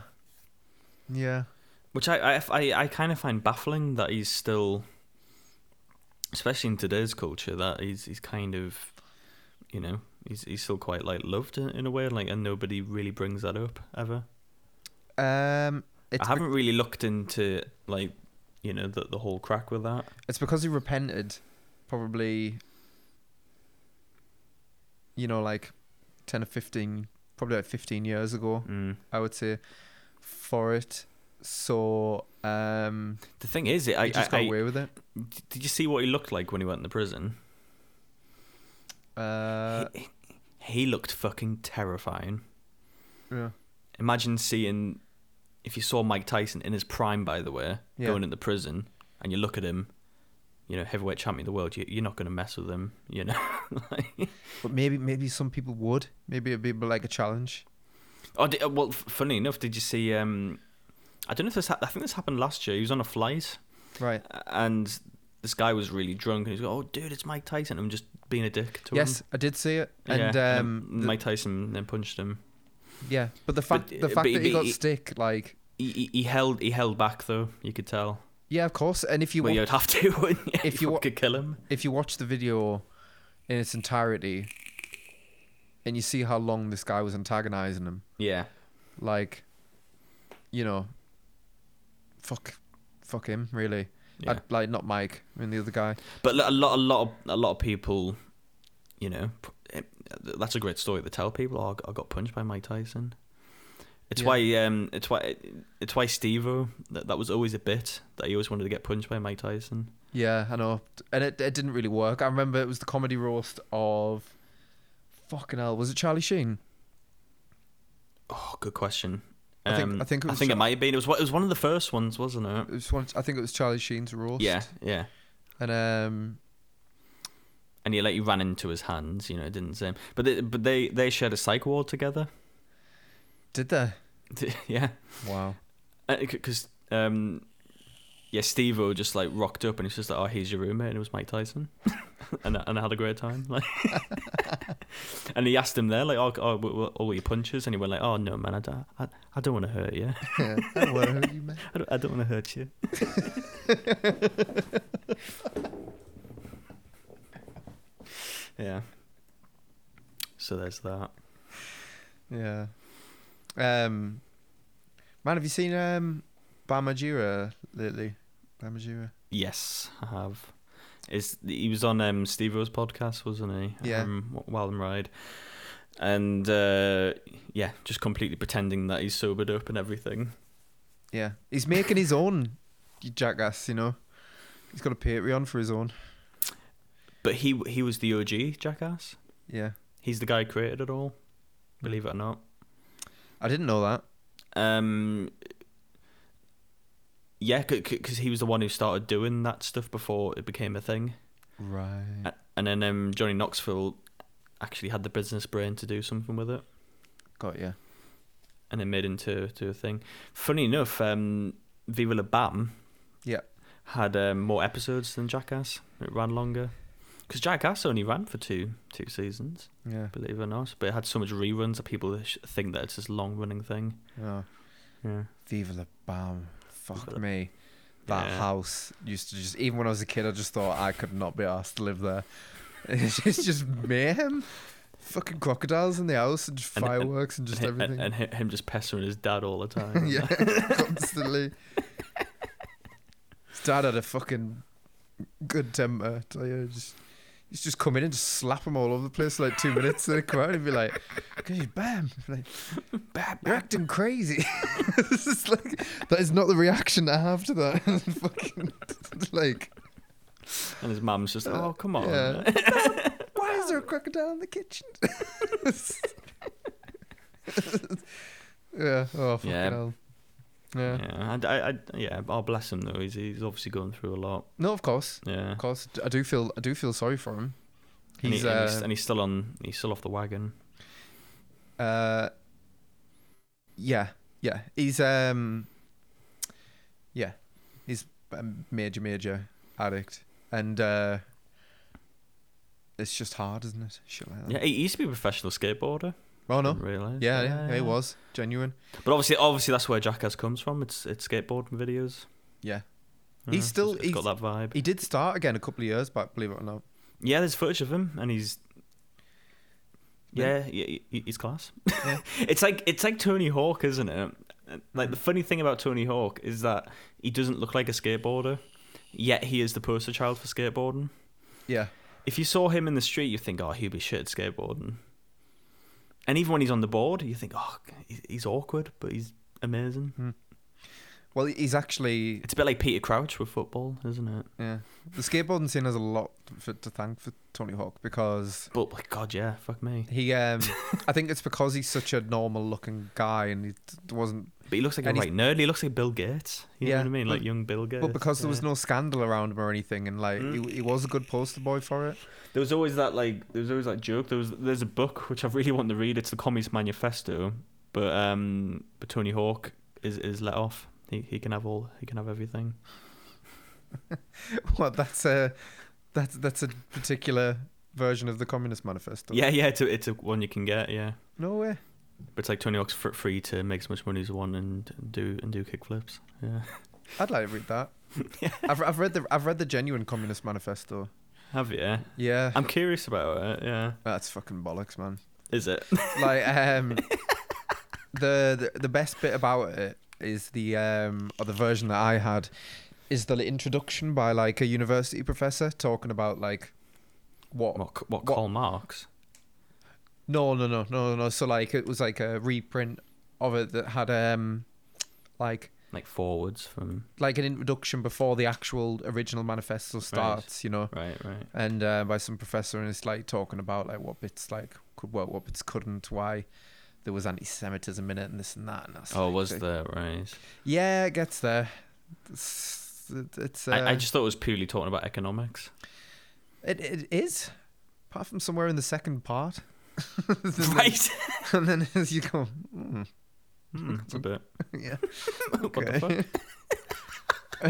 [SPEAKER 2] yeah.
[SPEAKER 1] which I I, I, I kind of find baffling that he's still, especially in today's culture, that he's he's kind of, you know, he's he's still quite like loved in, in a way, like, and nobody really brings that up ever.
[SPEAKER 2] Um, it's
[SPEAKER 1] I haven't really looked into like, you know, the the whole crack with that.
[SPEAKER 2] It's because he repented, probably. You know, like, ten or fifteen, probably like fifteen years ago,
[SPEAKER 1] Mm.
[SPEAKER 2] I would say, for it. So um,
[SPEAKER 1] The thing is, it,
[SPEAKER 2] he
[SPEAKER 1] I,
[SPEAKER 2] just
[SPEAKER 1] I,
[SPEAKER 2] got away with it.
[SPEAKER 1] I- did you see what he looked like when he went into prison?
[SPEAKER 2] Uh,
[SPEAKER 1] he, he looked fucking terrifying.
[SPEAKER 2] yeah.
[SPEAKER 1] imagine seeing if you saw Mike Tyson in his prime, by the way,
[SPEAKER 2] Yeah.
[SPEAKER 1] going into prison, and you look at him, you know, heavyweight champion of the world. You, you're not going to mess with him, you know. Like-
[SPEAKER 2] But maybe, maybe some people would. Maybe it'd be like a challenge.
[SPEAKER 1] oh, di- uh, well, f- funny enough, did you see? Um, I don't know if this. Ha- I think this happened last year. He was on a flight,
[SPEAKER 2] Right.
[SPEAKER 1] and this guy was really drunk, and he's going, "Oh, dude, it's Mike Tyson." I'm just being a dick to
[SPEAKER 2] Yes,
[SPEAKER 1] him.
[SPEAKER 2] I did see it, and
[SPEAKER 1] yeah.
[SPEAKER 2] um,
[SPEAKER 1] and
[SPEAKER 2] the-
[SPEAKER 1] Mike Tyson then punched him.
[SPEAKER 2] yeah. But the fact,
[SPEAKER 1] But- uh,
[SPEAKER 2] the fact
[SPEAKER 1] but-
[SPEAKER 2] that he
[SPEAKER 1] but
[SPEAKER 2] got
[SPEAKER 1] he-
[SPEAKER 2] stick, like,
[SPEAKER 1] He, he, he held he held back though. You could tell.
[SPEAKER 2] yeah, of course. And if you
[SPEAKER 1] Well,
[SPEAKER 2] want
[SPEAKER 1] you'd have to, wouldn't you?
[SPEAKER 2] if you wa-
[SPEAKER 1] could kill him.
[SPEAKER 2] if you watch the video in its entirety and you see how long this guy was antagonizing him,
[SPEAKER 1] Yeah.
[SPEAKER 2] like, you know, fuck, fuck him, really.
[SPEAKER 1] yeah.
[SPEAKER 2] I'd, like, not Mike, I mean, the other guy.
[SPEAKER 1] But a lot, a lot, of, a lot of people, you know, p- eh, that's a great story to tell people. Oh, I got- I got punched by Mike Tyson. It's
[SPEAKER 2] Yeah.
[SPEAKER 1] why, um, it's why, it's why Steve-O, that, that was always a bit that he always wanted to get punched by Mike Tyson.
[SPEAKER 2] Yeah, I know. And it, it didn't really work. I remember it was the comedy roast of. Fucking hell, was it Charlie Sheen?
[SPEAKER 1] Oh, good question. Um,
[SPEAKER 2] I think- I think it
[SPEAKER 1] I
[SPEAKER 2] was
[SPEAKER 1] think it
[SPEAKER 2] Ch-
[SPEAKER 1] might have been. It was, one- it was one of the first ones, wasn't it?
[SPEAKER 2] It was one, I think it was Charlie Sheen's roast.
[SPEAKER 1] Yeah, yeah.
[SPEAKER 2] And um,
[SPEAKER 1] And he like he ran into his hands. You know, it didn't say. But they, but they, they shared a psych ward together.
[SPEAKER 2] did they?
[SPEAKER 1] yeah.
[SPEAKER 2] Wow.
[SPEAKER 1] because Uh, um, yeah, Steve O just like rocked up and he's just like, "Oh, he's your roommate," and it was Mike Tyson, and I- and I had a great time. Like, and he asked him there, like, "Oh, oh what, what, all your punches?" And he went like, "Oh no, man, I don't, I, I don't want to hurt you.
[SPEAKER 2] Yeah, I don't wanna hurt you, man.
[SPEAKER 1] I don't, I don't want to hurt you." yeah. So there's that.
[SPEAKER 2] Yeah. Um, man, have you seen um, Bamajira lately? Bamajira.
[SPEAKER 1] Yes, I have. Is he was on um, Steve O's podcast, wasn't he?
[SPEAKER 2] Yeah.
[SPEAKER 1] Um, Wild and Ride, and uh, yeah, just completely pretending that he's sobered up and everything.
[SPEAKER 2] Yeah, he's making his own you jackass. You know, he's got a Patreon for his own.
[SPEAKER 1] But he he was the OG jackass.
[SPEAKER 2] Yeah,
[SPEAKER 1] He's the guy who created it all. Believe it or not.
[SPEAKER 2] I didn't know that.
[SPEAKER 1] Um. Yeah, because he was the one who started doing that stuff before it became a thing,
[SPEAKER 2] Right.
[SPEAKER 1] A- and then um, Johnny Knoxville actually had the business brain to do something with it.
[SPEAKER 2] Got you.
[SPEAKER 1] and it made into to a thing. Funny enough, um, Viva La Bam,
[SPEAKER 2] Yeah.
[SPEAKER 1] had um, more episodes than Jackass. It ran longer because Jackass only ran for two two seasons,
[SPEAKER 2] Yeah.
[SPEAKER 1] believe it or not. But it had so much reruns that people sh- think that it's this long running thing.
[SPEAKER 2] Oh,
[SPEAKER 1] Yeah,
[SPEAKER 2] Viva la Bam. Fuck
[SPEAKER 1] Viva la-
[SPEAKER 2] me. That
[SPEAKER 1] Yeah.
[SPEAKER 2] house used to just even when I was a kid, I just thought I could not be asked to live there. It's just, it's just mayhem. Fucking crocodiles in the house and
[SPEAKER 1] And- and-
[SPEAKER 2] fireworks and, just
[SPEAKER 1] and,
[SPEAKER 2] everything.
[SPEAKER 1] and, hi- him just pestering his dad all the time.
[SPEAKER 2] yeah, constantly. His dad had a fucking good temper. I tell you, just He's just come in and just slap him all over the place for like two minutes, and come out and be like, "Good, bam, like, bam, you're acting crazy." It's just like, that is not the reaction I have to that. Fucking, like,
[SPEAKER 1] And his mum's just,
[SPEAKER 2] Uh,
[SPEAKER 1] oh, come on.
[SPEAKER 2] yeah. why is there a crocodile in the kitchen? yeah. Oh fucking
[SPEAKER 1] Yeah.
[SPEAKER 2] hell. Yeah.
[SPEAKER 1] yeah. And I, I, yeah, I'll bless him though. He's, he's obviously going through a lot.
[SPEAKER 2] No, of course,
[SPEAKER 1] Yeah.
[SPEAKER 2] of course. I do feel I do feel sorry for him.
[SPEAKER 1] And,
[SPEAKER 2] He's
[SPEAKER 1] he- and he's,
[SPEAKER 2] uh,
[SPEAKER 1] and he's still on. He's still off the wagon.
[SPEAKER 2] uh, yeah, yeah. He's um, yeah, he's a major major addict, and uh, it's just hard, isn't it? Shit like that.
[SPEAKER 1] Yeah, he used to be a professional skateboarder.
[SPEAKER 2] Oh no.
[SPEAKER 1] Didn't realise.
[SPEAKER 2] Yeah, yeah, yeah, he was genuine.
[SPEAKER 1] But obviously, obviously that's where Jackass comes from. It's it's skateboarding videos.
[SPEAKER 2] Yeah.
[SPEAKER 1] Yeah,
[SPEAKER 2] He's still-
[SPEAKER 1] it's- it's got that vibe.
[SPEAKER 2] He did start again a couple of years back, believe it or not.
[SPEAKER 1] yeah, there's footage of him, and he's yeah,
[SPEAKER 2] Yeah.
[SPEAKER 1] yeah he's class.
[SPEAKER 2] Yeah.
[SPEAKER 1] it's like it's like Tony Hawk, isn't it? Like the funny thing about Tony Hawk is that he doesn't look like a skateboarder, yet he is the poster child for skateboarding.
[SPEAKER 2] Yeah.
[SPEAKER 1] If you saw him in the street, you think, oh, he'd be shit at skateboarding. And even when he's on the board, you think, oh, he's- he's awkward, but he's amazing.
[SPEAKER 2] Well, he's actually
[SPEAKER 1] It's a bit like Peter Crouch with football, isn't it?
[SPEAKER 2] yeah. The skateboarding scene has a lot for, to thank for Tony Hawk because
[SPEAKER 1] But my God, yeah, fuck me.
[SPEAKER 2] he um I think it's because he's such a normal looking guy and he d- wasn't
[SPEAKER 1] But he looks like
[SPEAKER 2] And
[SPEAKER 1] a
[SPEAKER 2] he's-
[SPEAKER 1] right nerd. He looks like Bill Gates. You
[SPEAKER 2] Yeah,
[SPEAKER 1] know what I mean? Like
[SPEAKER 2] but-
[SPEAKER 1] young Bill Gates.
[SPEAKER 2] but because there was
[SPEAKER 1] yeah. Mm.
[SPEAKER 2] no scandal around him or anything and like he, he was a good poster boy for it.
[SPEAKER 1] There was always that like there was always that joke. There was there's a book which I really want to read. It's the Communist Manifesto, but um, but Tony Hawk is is let off. He he can have all he can have everything.
[SPEAKER 2] Well, that's a that's that's a particular version of the Communist Manifesto.
[SPEAKER 1] Yeah, yeah. It's a, it's a one you can get. Yeah,
[SPEAKER 2] No way.
[SPEAKER 1] but it's like Tony Hawk's fr- free to make as much money as he wants and and do and do kickflips. Yeah,
[SPEAKER 2] I'd like to read that. I've I've read the I've read the genuine Communist Manifesto.
[SPEAKER 1] have you? Yeah.
[SPEAKER 2] Yeah.
[SPEAKER 1] I'm curious about it. Yeah,
[SPEAKER 2] that's fucking bollocks, man.
[SPEAKER 1] is it?
[SPEAKER 2] like um the, the the best bit about it is the um or the version that I had is the introduction by like a university professor talking about like what
[SPEAKER 1] What c- what Karl Marx?
[SPEAKER 2] no no no no no, no so like it was like a reprint of it that had um like
[SPEAKER 1] Like forwards from
[SPEAKER 2] like an introduction before the actual original manifesto starts you know
[SPEAKER 1] right, right.
[SPEAKER 2] and uh, by some professor and it's like talking about like what bits like could work what bits couldn't why there was anti-semitism in it and this and that and that's
[SPEAKER 1] Oh,
[SPEAKER 2] like,
[SPEAKER 1] was
[SPEAKER 2] the-
[SPEAKER 1] there right?
[SPEAKER 2] Yeah, it gets there. It's, it- it's, uh,
[SPEAKER 1] I, I just thought it was purely talking about economics.
[SPEAKER 2] it, it is. Apart from somewhere in the second part,
[SPEAKER 1] Right.
[SPEAKER 2] and then as you go, mm,
[SPEAKER 1] Hmm, That's a bit.
[SPEAKER 2] yeah,
[SPEAKER 1] What the
[SPEAKER 2] Mm. okay.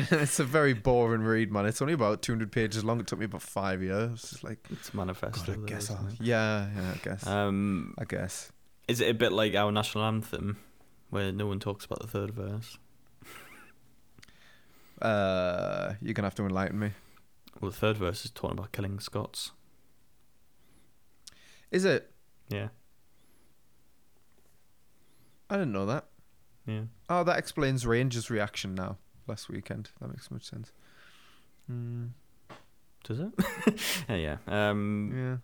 [SPEAKER 1] fuck?
[SPEAKER 2] it's a very boring read, man. It's only about 200 pages long. It took me about five years. It's like,
[SPEAKER 1] It's manifest.
[SPEAKER 2] God, I guess I'll, yeah, yeah, I guess,
[SPEAKER 1] Um,
[SPEAKER 2] I guess.
[SPEAKER 1] is it a bit like our national anthem, where no one talks about the third verse?
[SPEAKER 2] Uh, you're gonna have to enlighten me.
[SPEAKER 1] Well, the third verse is talking about killing Scots.
[SPEAKER 2] Is it?
[SPEAKER 1] Yeah,
[SPEAKER 2] I didn't know that.
[SPEAKER 1] yeah.
[SPEAKER 2] Oh, that explains Rangers' reaction now last weekend. That makes much sense. Mm.
[SPEAKER 1] Does it? yeah, yeah. Um,
[SPEAKER 2] Yeah.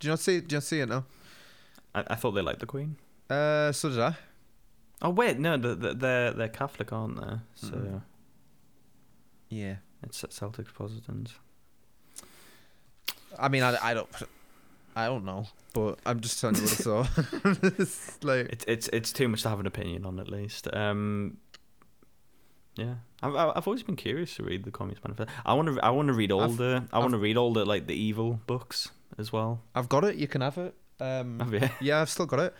[SPEAKER 2] Do you not see? Do you not see it now?
[SPEAKER 1] I, I thought they liked the Queen.
[SPEAKER 2] Uh, so did I.
[SPEAKER 1] Oh wait, no, the, the, they're they're Catholic, aren't they? So
[SPEAKER 2] Mm. Yeah.
[SPEAKER 1] it's Celtics Protestants.
[SPEAKER 2] I mean, I, I don't, I don't know, but I'm just telling you what I saw. it's like,
[SPEAKER 1] It's it's it's too much to have an opinion on at least. Um, yeah, I've I've I've always been curious to read the Communist Manifesto. I want to I want to read all
[SPEAKER 2] I've-
[SPEAKER 1] the I want to read all the like the evil books as well.
[SPEAKER 2] I've got it. You can have it. Um,
[SPEAKER 1] Have you?
[SPEAKER 2] yeah, I've still got it.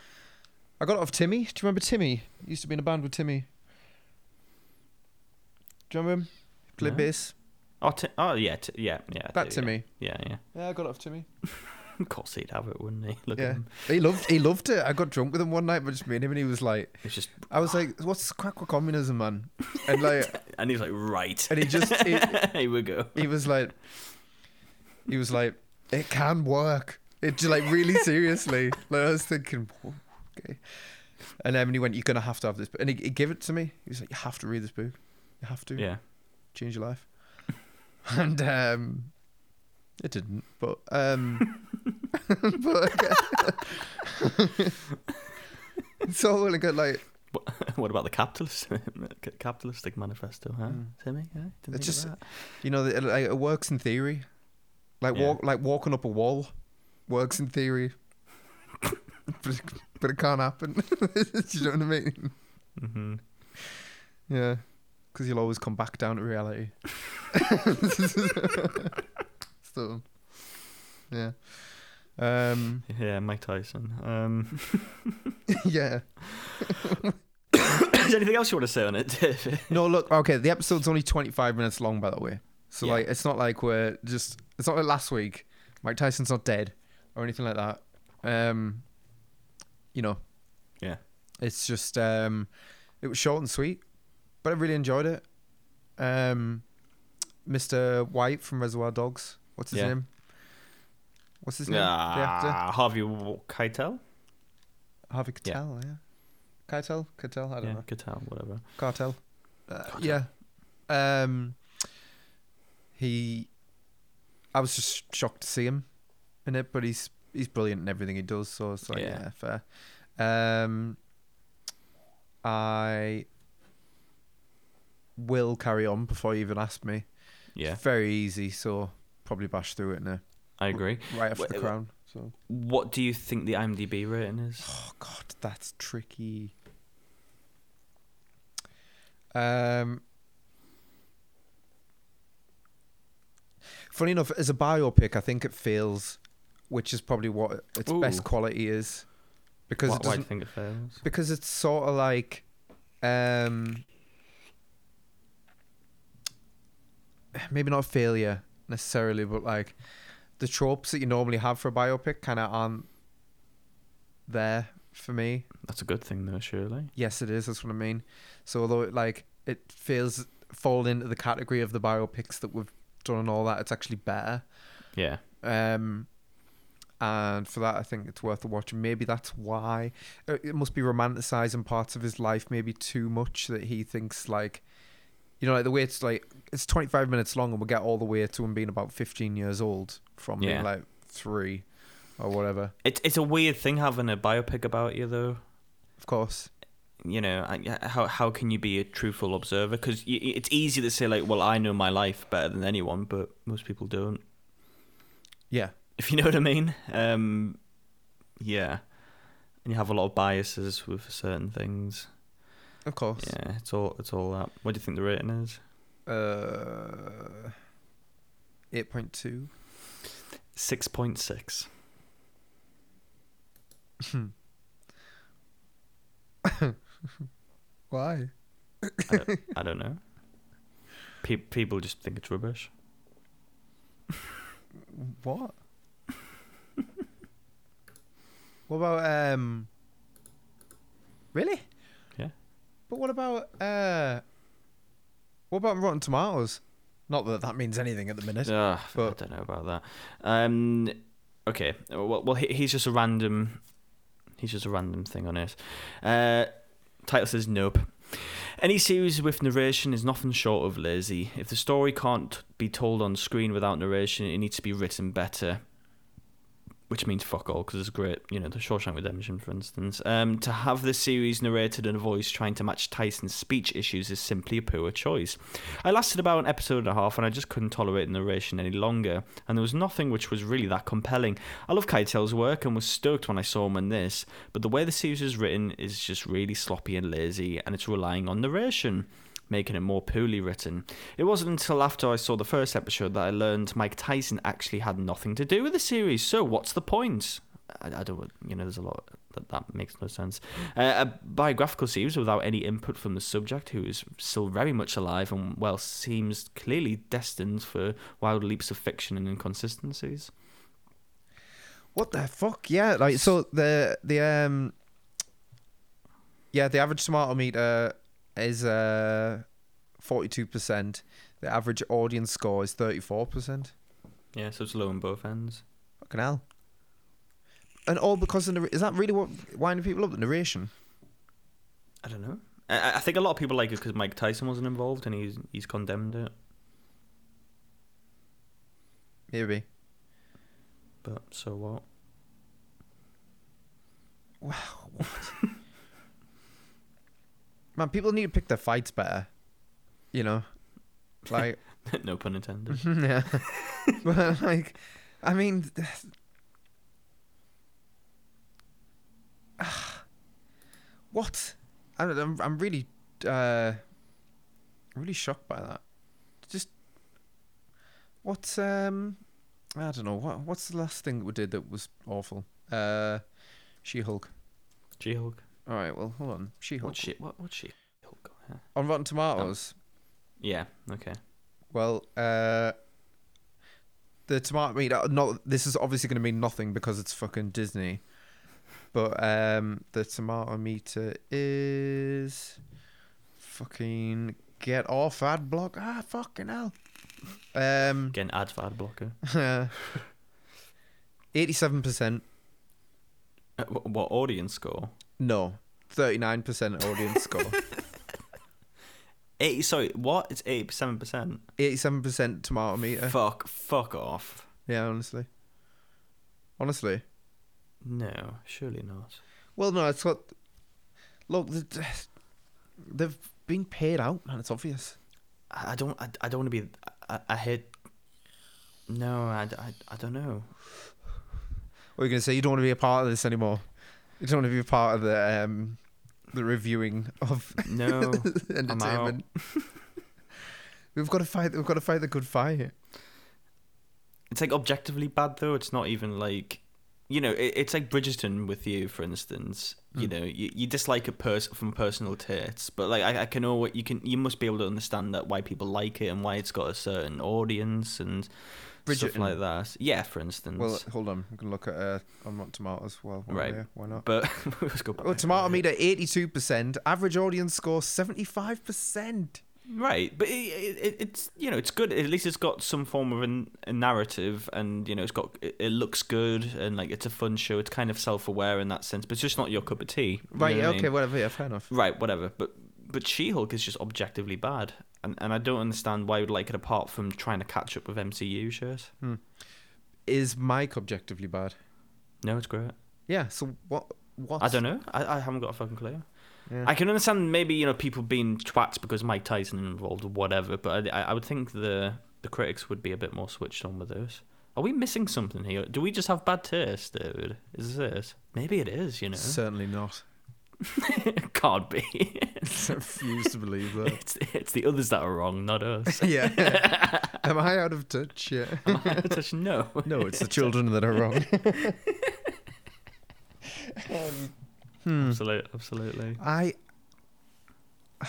[SPEAKER 2] I got it off Timmy. Do you remember Timmy? He used to be in a band with Timmy. Do you remember him? He Played
[SPEAKER 1] No.
[SPEAKER 2] bass.
[SPEAKER 1] Oh, t- oh yeah, t- yeah, yeah. I
[SPEAKER 2] That
[SPEAKER 1] do,
[SPEAKER 2] Timmy.
[SPEAKER 1] Yeah, yeah. yeah.
[SPEAKER 2] Yeah, I got it off Timmy.
[SPEAKER 1] Of course he'd have it, wouldn't he? Look
[SPEAKER 2] Yeah.
[SPEAKER 1] at him.
[SPEAKER 2] He loved. He loved it. I got drunk with him one night, but just me and him, and he was like,
[SPEAKER 1] It's just
[SPEAKER 2] I was like, "What's the crack with communism, man?" And like,
[SPEAKER 1] and he's like right.
[SPEAKER 2] and he just. He,
[SPEAKER 1] Here we go.
[SPEAKER 2] he was like he was like it can work it just like really seriously like i was thinking "Whoa, okay and then he went you're gonna have to have this book and he, he gave it to me he was like you have to read this book you have to
[SPEAKER 1] Yeah.
[SPEAKER 2] change your life and um It didn't, but um, but okay. it's all well and good. Like
[SPEAKER 1] what about the capitalist capitalistic manifesto? Huh,
[SPEAKER 2] Mm.
[SPEAKER 1] Timmy? Yeah, didn't think
[SPEAKER 2] It
[SPEAKER 1] of
[SPEAKER 2] just-
[SPEAKER 1] that.
[SPEAKER 2] you know, it, like, it works in theory. Like
[SPEAKER 1] Yeah.
[SPEAKER 2] walk, like walking up a wall, works in theory, but, it- but it can't happen. Do you know what I mean?
[SPEAKER 1] Mhm.
[SPEAKER 2] Yeah, because you'll always come back down to reality. so, yeah, um,
[SPEAKER 1] Yeah, Mike Tyson. Um,
[SPEAKER 2] yeah.
[SPEAKER 1] is there anything else you want to say on it, David?
[SPEAKER 2] No, look, okay, the episode's only 25 minutes long, by the way. So,
[SPEAKER 1] Yeah.
[SPEAKER 2] like, it's not like we're just, it's not like last week. Mike Tyson's not dead or anything like that. Um, you know,
[SPEAKER 1] Yeah.
[SPEAKER 2] it's just, um, it was short and sweet, but I really enjoyed it. Um, Mr. White from Reservoir Dogs, what's his
[SPEAKER 1] Yeah.
[SPEAKER 2] name? What's his name? The actor?
[SPEAKER 1] Ah, Harvey Keitel.
[SPEAKER 2] Harvey
[SPEAKER 1] Yeah.
[SPEAKER 2] Keitel, yeah. Keitel? Keitel? I don't
[SPEAKER 1] Yeah,
[SPEAKER 2] know.
[SPEAKER 1] Keitel, whatever.
[SPEAKER 2] cartel. Uh, yeah. Um. He, I was just shocked to see him in it, but he's he's brilliant in everything he does. So it's like yeah,
[SPEAKER 1] Yeah.
[SPEAKER 2] fair. Um. I will carry on before you even ask me.
[SPEAKER 1] Yeah,
[SPEAKER 2] It's very easy, so probably bash through it now.
[SPEAKER 1] I agree.
[SPEAKER 2] Right after the
[SPEAKER 1] Wait,
[SPEAKER 2] crown. So.
[SPEAKER 1] What do you think the IMDb rating is?
[SPEAKER 2] Oh god, that's tricky. Um Funny enough, as a biopic, I think it fails, which is probably what its best
[SPEAKER 1] Ooh.
[SPEAKER 2] quality is, because
[SPEAKER 1] Why, why
[SPEAKER 2] it
[SPEAKER 1] do you
[SPEAKER 2] doesn't,
[SPEAKER 1] think it fails?
[SPEAKER 2] because it's sort of like, um, maybe not failure necessarily, but like the tropes that you normally have for a biopic kind of aren't there for me.
[SPEAKER 1] That's a good thing, though, surely.
[SPEAKER 2] Yes, it is. That's what I mean. So although it, like it feels fall into the category of the biopics that we've done and all that, it's actually better.
[SPEAKER 1] Yeah.
[SPEAKER 2] Um, and for that, I think it's worth a watch. Maybe that's why uh, it must be romanticizing parts of his life maybe too much that he thinks like, you know, like the way it's like it's twenty five minutes long and we get all the way to him being about fifteen years old from
[SPEAKER 1] Yeah.
[SPEAKER 2] being like three or whatever.
[SPEAKER 1] It's it's a weird thing having a biopic about you, though.
[SPEAKER 2] Of course,
[SPEAKER 1] you know I- how how can you be a truthful observer because it's easy to say like well i know my life better than anyone but most people don't
[SPEAKER 2] yeah.
[SPEAKER 1] if you know what i mean um yeah and you have a lot of biases with certain things
[SPEAKER 2] Of course.
[SPEAKER 1] yeah it's all it's all that what do you think the rating is
[SPEAKER 2] Uh, eight point two.
[SPEAKER 1] 6.6
[SPEAKER 2] Why?
[SPEAKER 1] I, don't, I don't know Pe- people just think it's rubbish
[SPEAKER 2] What? what about um? Really?
[SPEAKER 1] Yeah.
[SPEAKER 2] But what about uh? What about Rotten Tomatoes? Not that that means anything at the minute.
[SPEAKER 1] Ugh,
[SPEAKER 2] but-
[SPEAKER 1] Ah, I don't know about that. Um, okay. Well, well, he, he's just a random. He's just a random thing on it. Uh, title says nope. Any series with narration is nothing short of lazy. If the story can't be told on screen without narration, it needs to be written better. Which means fuck all, because it's great. You know, the Shawshank Redemption, for instance. Um, to have the series narrated in a voice trying to match Tyson's speech issues is simply a poor choice. I lasted about an episode and a half and I just couldn't tolerate the narration any longer, and there was nothing which was really that compelling. I love Keitel's work and was stoked when I saw him in this, but the way the series is written is just really sloppy and lazy, and it's relying on narration. Making it more poorly written. It wasn't until after I saw the first episode that I learned Mike Tyson actually had nothing to do with the series. So what's the point? I, I don't, you know, there's a lot that that makes no sense. Uh, a biographical series without any input from the subject, who is still very much alive and, well, seems clearly destined for wild leaps of fiction and inconsistencies.
[SPEAKER 2] What the fuck? Yeah, like so the the um yeah the average tomato meter is uh forty two percent. The average audience score is thirty four percent.
[SPEAKER 1] Yeah, so it's low on both ends.
[SPEAKER 2] Fucking hell! And all because of the is that really what winding people up? The narration.
[SPEAKER 1] I don't know. I, I think a lot of people like it because Mike Tyson wasn't involved and he's he's condemned it.
[SPEAKER 2] Maybe.
[SPEAKER 1] But so what?
[SPEAKER 2] Man, people need to pick their fights better. You know, like
[SPEAKER 1] no pun intended.
[SPEAKER 2] Mm-hmm, yeah, but like, I mean, th- Ah. what? I don't. I'm, I'm really, uh, really shocked by that. Just what? Um, I don't know. What? What's the last thing that we did that was awful? Uh, She Hulk.
[SPEAKER 1] She Hulk.
[SPEAKER 2] All right. Well, hold on. She Hulk
[SPEAKER 1] What she? What what she? Hulk. huh?
[SPEAKER 2] on Rotten Tomatoes.
[SPEAKER 1] Yeah. Okay.
[SPEAKER 2] Well, uh, the tomato meter. Not this is obviously going to mean nothing because it's fucking Disney. But um, the tomato meter is fucking get off ad block. Ah, fucking hell. Um,
[SPEAKER 1] Again, ad for ad blocker.
[SPEAKER 2] eighty-seven percent.
[SPEAKER 1] Uh, wh- what audience score?
[SPEAKER 2] No, thirty-nine percent audience score.
[SPEAKER 1] Eighty. Sorry, what? It's eighty-seven percent.
[SPEAKER 2] Eighty-seven percent tomato meter.
[SPEAKER 1] Fuck. Fuck off.
[SPEAKER 2] Yeah, honestly. Honestly.
[SPEAKER 1] No, surely not.
[SPEAKER 2] Well, no, it's got. Look, the- they've been paid out, man. It's obvious.
[SPEAKER 1] I I don't. I, I don't want to be. I, I hate. No, I, d- I- I don't know.
[SPEAKER 2] What are you gonna say? You don't want to be a part of this anymore. You don't want to be a part of the um, the reviewing of
[SPEAKER 1] No, I'm out.
[SPEAKER 2] entertainment. We've got to fight. We've got to fight the good fight.
[SPEAKER 1] It's like objectively bad though. It's not even like, you know, it, it's like Bridgerton with you, for instance.
[SPEAKER 2] Hmm.
[SPEAKER 1] You know, you, you dislike a person from personal tastes, but like I, I can always you can you must be able to understand that why people like it and why it's got a certain audience and stuff
[SPEAKER 2] Bridgerton.
[SPEAKER 1] like that. Yeah, for instance.
[SPEAKER 2] Well, hold on. We can look at uh, on Rotten Tomatoes. Well, while we're
[SPEAKER 1] Right.
[SPEAKER 2] here. Why not?
[SPEAKER 1] but let's go back.
[SPEAKER 2] Oh, tomato meter eighty-two percent. Average audience score seventy-five percent.
[SPEAKER 1] Right, but it, it, it's you know it's good. At least it's got some form of an, a narrative, and you know it's got it, it looks good, and like it's a fun show. It's kind of self aware in that sense, but it's just not your cup of tea. You
[SPEAKER 2] Right.
[SPEAKER 1] know what I
[SPEAKER 2] okay.
[SPEAKER 1] mean?
[SPEAKER 2] Whatever. Yeah. Fair enough.
[SPEAKER 1] Right. Whatever. But but She Hulk is just objectively bad, and and I don't understand why you'd like it apart from trying to catch up with MCU shows.
[SPEAKER 2] Is Mike objectively bad?
[SPEAKER 1] No, it's great.
[SPEAKER 2] Yeah. So what? What?
[SPEAKER 1] I don't know. I, I haven't got a fucking clue.
[SPEAKER 2] Yeah.
[SPEAKER 1] I can understand maybe you know people being twats because Mike Tyson involved or whatever, but I, I would think the the critics would be a bit more switched on with those. Are we missing something here? Do we just have bad taste, dude? Is this? Maybe it is. You know,
[SPEAKER 2] Certainly not.
[SPEAKER 1] can't be.
[SPEAKER 2] I refuse to believe that.
[SPEAKER 1] it's it's the others that are wrong, not us.
[SPEAKER 2] yeah. Am I out of touch? Yeah.
[SPEAKER 1] Am I out of touch? no.
[SPEAKER 2] No, it's the children that are wrong.
[SPEAKER 1] Um, Absolutely, absolutely.
[SPEAKER 2] Hmm. I.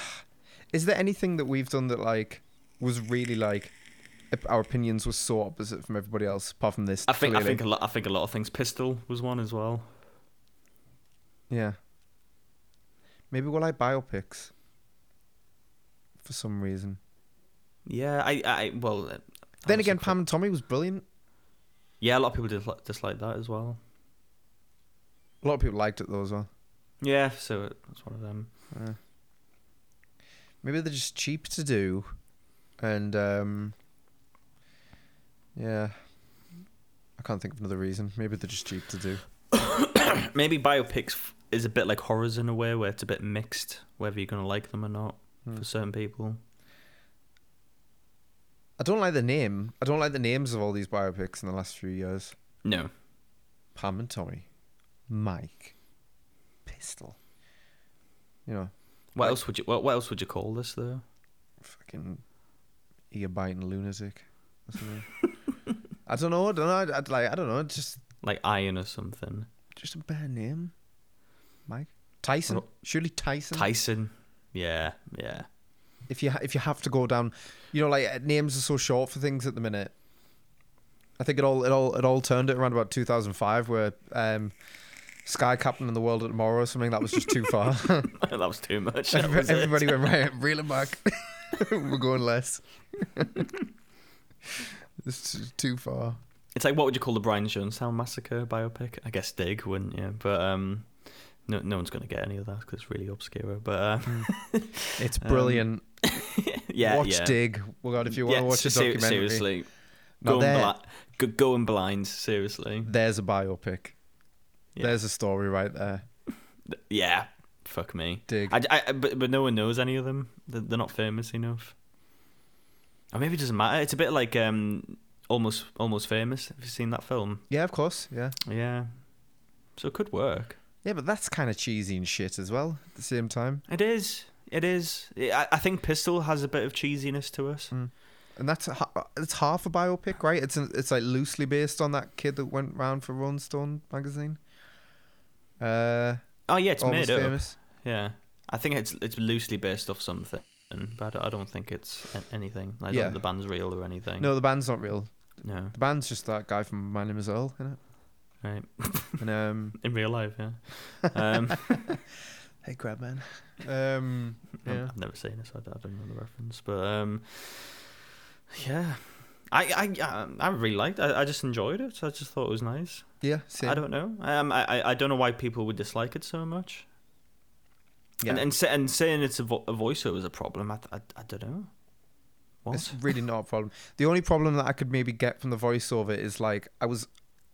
[SPEAKER 2] Is there anything that we've done that like was really like op- our opinions were so opposite from everybody else apart from this?
[SPEAKER 1] I think I
[SPEAKER 2] clearly?
[SPEAKER 1] think a lot. I think a lot of things. Pistol was one as well.
[SPEAKER 2] Yeah. Maybe we'll like biopics. For some reason.
[SPEAKER 1] Yeah, I, I well. uh,
[SPEAKER 2] then
[SPEAKER 1] also
[SPEAKER 2] again,
[SPEAKER 1] quite-
[SPEAKER 2] Pam and Tommy was brilliant.
[SPEAKER 1] Yeah, a lot of people disli- dislike that as well.
[SPEAKER 2] A lot of people liked it though as well.
[SPEAKER 1] Yeah, so that's one of them.
[SPEAKER 2] Maybe they're just cheap to do, and um, yeah, I can't think of another reason. Maybe they're just cheap to do.
[SPEAKER 1] Maybe biopics f- is a bit like horrors in a way, where it's a bit mixed, whether you're gonna like them or not
[SPEAKER 2] Hmm.
[SPEAKER 1] for certain people.
[SPEAKER 2] I don't like the name. I don't like the names of all these biopics in the last few years.
[SPEAKER 1] No,
[SPEAKER 2] Pam and Tommy, Mike, Pistol. You know,
[SPEAKER 1] what
[SPEAKER 2] Like-
[SPEAKER 1] else would you? What, what else would you call this though?
[SPEAKER 2] fucking ear biting lunatic. Or something. I don't know. I don't know. I'd, like. I don't know. Just
[SPEAKER 1] Like iron or something.
[SPEAKER 2] just a better name. Mike Tyson.
[SPEAKER 1] Ro-
[SPEAKER 2] Surely Tyson.
[SPEAKER 1] Tyson. Yeah, yeah.
[SPEAKER 2] if you ha- if you have to go down, you know, like uh, names are so short for things at the minute. I think it all it all it all turned it around about 2005, where um, Sky Captain and the World of Tomorrow or something that was just too far.
[SPEAKER 1] that was too much. That
[SPEAKER 2] Every-
[SPEAKER 1] was it.
[SPEAKER 2] Everybody went right, reel it back. We're going less. it's t- too far.
[SPEAKER 1] It's like what would you call the Brian Jonestown massacre biopic? I guess Dig, wouldn't you? But um, no, no one's gonna get any of that because it's really obscure. But uh,
[SPEAKER 2] It's
[SPEAKER 1] Um,
[SPEAKER 2] brilliant.
[SPEAKER 1] yeah,
[SPEAKER 2] watch
[SPEAKER 1] yeah.
[SPEAKER 2] Dig. Well, God, if you want
[SPEAKER 1] Yeah,
[SPEAKER 2] to watch a
[SPEAKER 1] se-
[SPEAKER 2] documentary,
[SPEAKER 1] seriously,
[SPEAKER 2] Now
[SPEAKER 1] Going,
[SPEAKER 2] there-
[SPEAKER 1] bla- go- going blind, seriously.
[SPEAKER 2] There's a biopic.
[SPEAKER 1] Yeah.
[SPEAKER 2] There's a story right there.
[SPEAKER 1] Yeah, fuck me.
[SPEAKER 2] Dig.
[SPEAKER 1] I, I- I- but, but no one knows any of them. They're, they're not famous enough. Or maybe it doesn't matter. It's a bit like um, almost almost famous. Have you seen that film?
[SPEAKER 2] yeah, of course. Yeah.
[SPEAKER 1] Yeah. So it could work.
[SPEAKER 2] Yeah, but that's kind of cheesy and shit as well at the same time.
[SPEAKER 1] It is. It is. I, I think Pistol has a bit of cheesiness to us.
[SPEAKER 2] And that's a, ha- it's half a biopic, right? It's an, it's like loosely based on that kid that went round for Rolling Stone magazine. Uh,
[SPEAKER 1] Oh yeah, it's made
[SPEAKER 2] almost
[SPEAKER 1] up.
[SPEAKER 2] famous.
[SPEAKER 1] Yeah, I think it's it's loosely based off something, but I don't- I don't think it's a- anything. I don't
[SPEAKER 2] Yeah.
[SPEAKER 1] think the band's real or anything.
[SPEAKER 2] No, the band's not real.
[SPEAKER 1] no,
[SPEAKER 2] The band's just that guy from My Name Is Earl, isn't
[SPEAKER 1] right
[SPEAKER 2] it? And um,
[SPEAKER 1] in real life. Yeah, um,
[SPEAKER 2] hey, crab man. Um,
[SPEAKER 1] I'm-
[SPEAKER 2] yeah.
[SPEAKER 1] I've never seen it, so I don't, I don't know the reference. But um, yeah, I I um, I really liked. It. I, I just enjoyed it. I just thought it was nice.
[SPEAKER 2] yeah. Same.
[SPEAKER 1] I don't know. Um, I I- I don't know why people would dislike it so much.
[SPEAKER 2] Yeah.
[SPEAKER 1] And, and sa- and saying it's a, vo- a voiceover is a problem. I, I, I don't know. What?
[SPEAKER 2] It's really not a problem. The only problem that I could maybe get from the voiceover is like I was